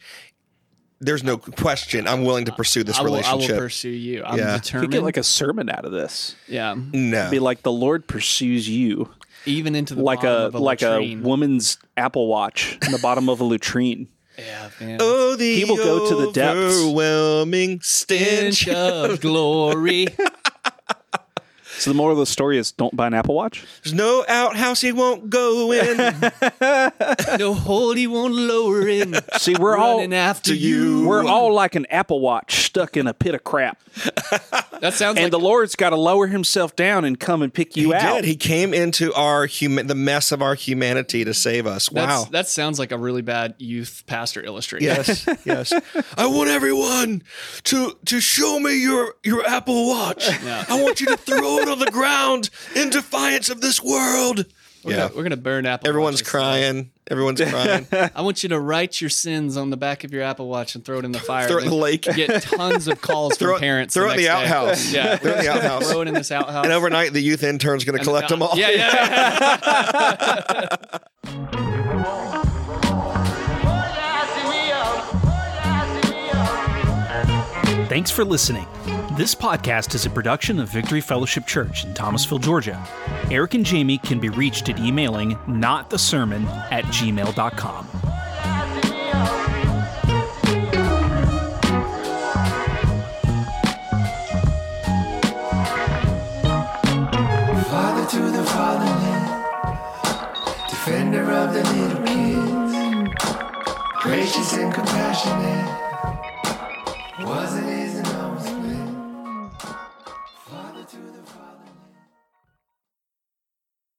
A: There's no question. I'm willing to pursue this
B: I will, I will
A: relationship.
B: pursue you. I'm
A: Yeah.
D: You could
B: determined.
D: get like a sermon out of this.
B: yeah,
A: no,
D: Be like the Lord pursues you,
B: even into the
D: like a,
B: bottom of
D: like
B: latrine.
D: a woman's Apple Watch in the bottom of a latrine.
B: Yeah, man.
A: Oh, the
D: People go to the depths.
A: Overwhelming
B: Inch
A: stench. (laughs)
B: of glory.
D: So the moral of the story is don't buy an Apple Watch.
A: There's no outhouse he won't go in.
B: no hold, he won't lower in.
D: See, we're all
B: Running after you.
D: We're all like an Apple Watch stuck in a pit of crap,
B: That sounds
D: and
B: like
D: the Lord's got to lower Himself down and come and pick you
A: he
D: out.
A: did. He came into our human, the mess of our humanity to save us.
B: That's,
A: Wow.
B: That sounds like a really bad youth pastor illustration. (laughs)
A: Yes, yes. I want everyone to to show me your your Apple Watch. I want you to throw it on the ground in defiance of this world.
B: We're
A: Yeah,
B: Gonna, we're going to burn Apple.
A: everyone's
B: Watches.
A: crying. Everyone's crying.
B: I want you to write your sins on the back of your Apple Watch and
A: (laughs)
B: throw it in the fire.
A: Throw it in
B: and
A: the
B: then (laughs)
A: lake.
B: Get tons of
A: (laughs)
B: calls
A: Throw
B: from
A: it-
B: parents.
A: throw it in
B: next
A: the
B: day.
A: outhouse.
B: Yeah,
A: Throw it (laughs) in the outhouse.
B: (laughs) Throw it in this outhouse.
A: and overnight, the youth intern's going to collect them all.
B: uh, Yeah, yeah. yeah.
C: Thanks for listening. This podcast is a production of Victory Fellowship Church in Thomasville, Georgia. Eric and Jamie can be reached at emailing notthesermon at gmail.com.
E: Father to the fatherland, defender of the little kids, gracious and compassionate,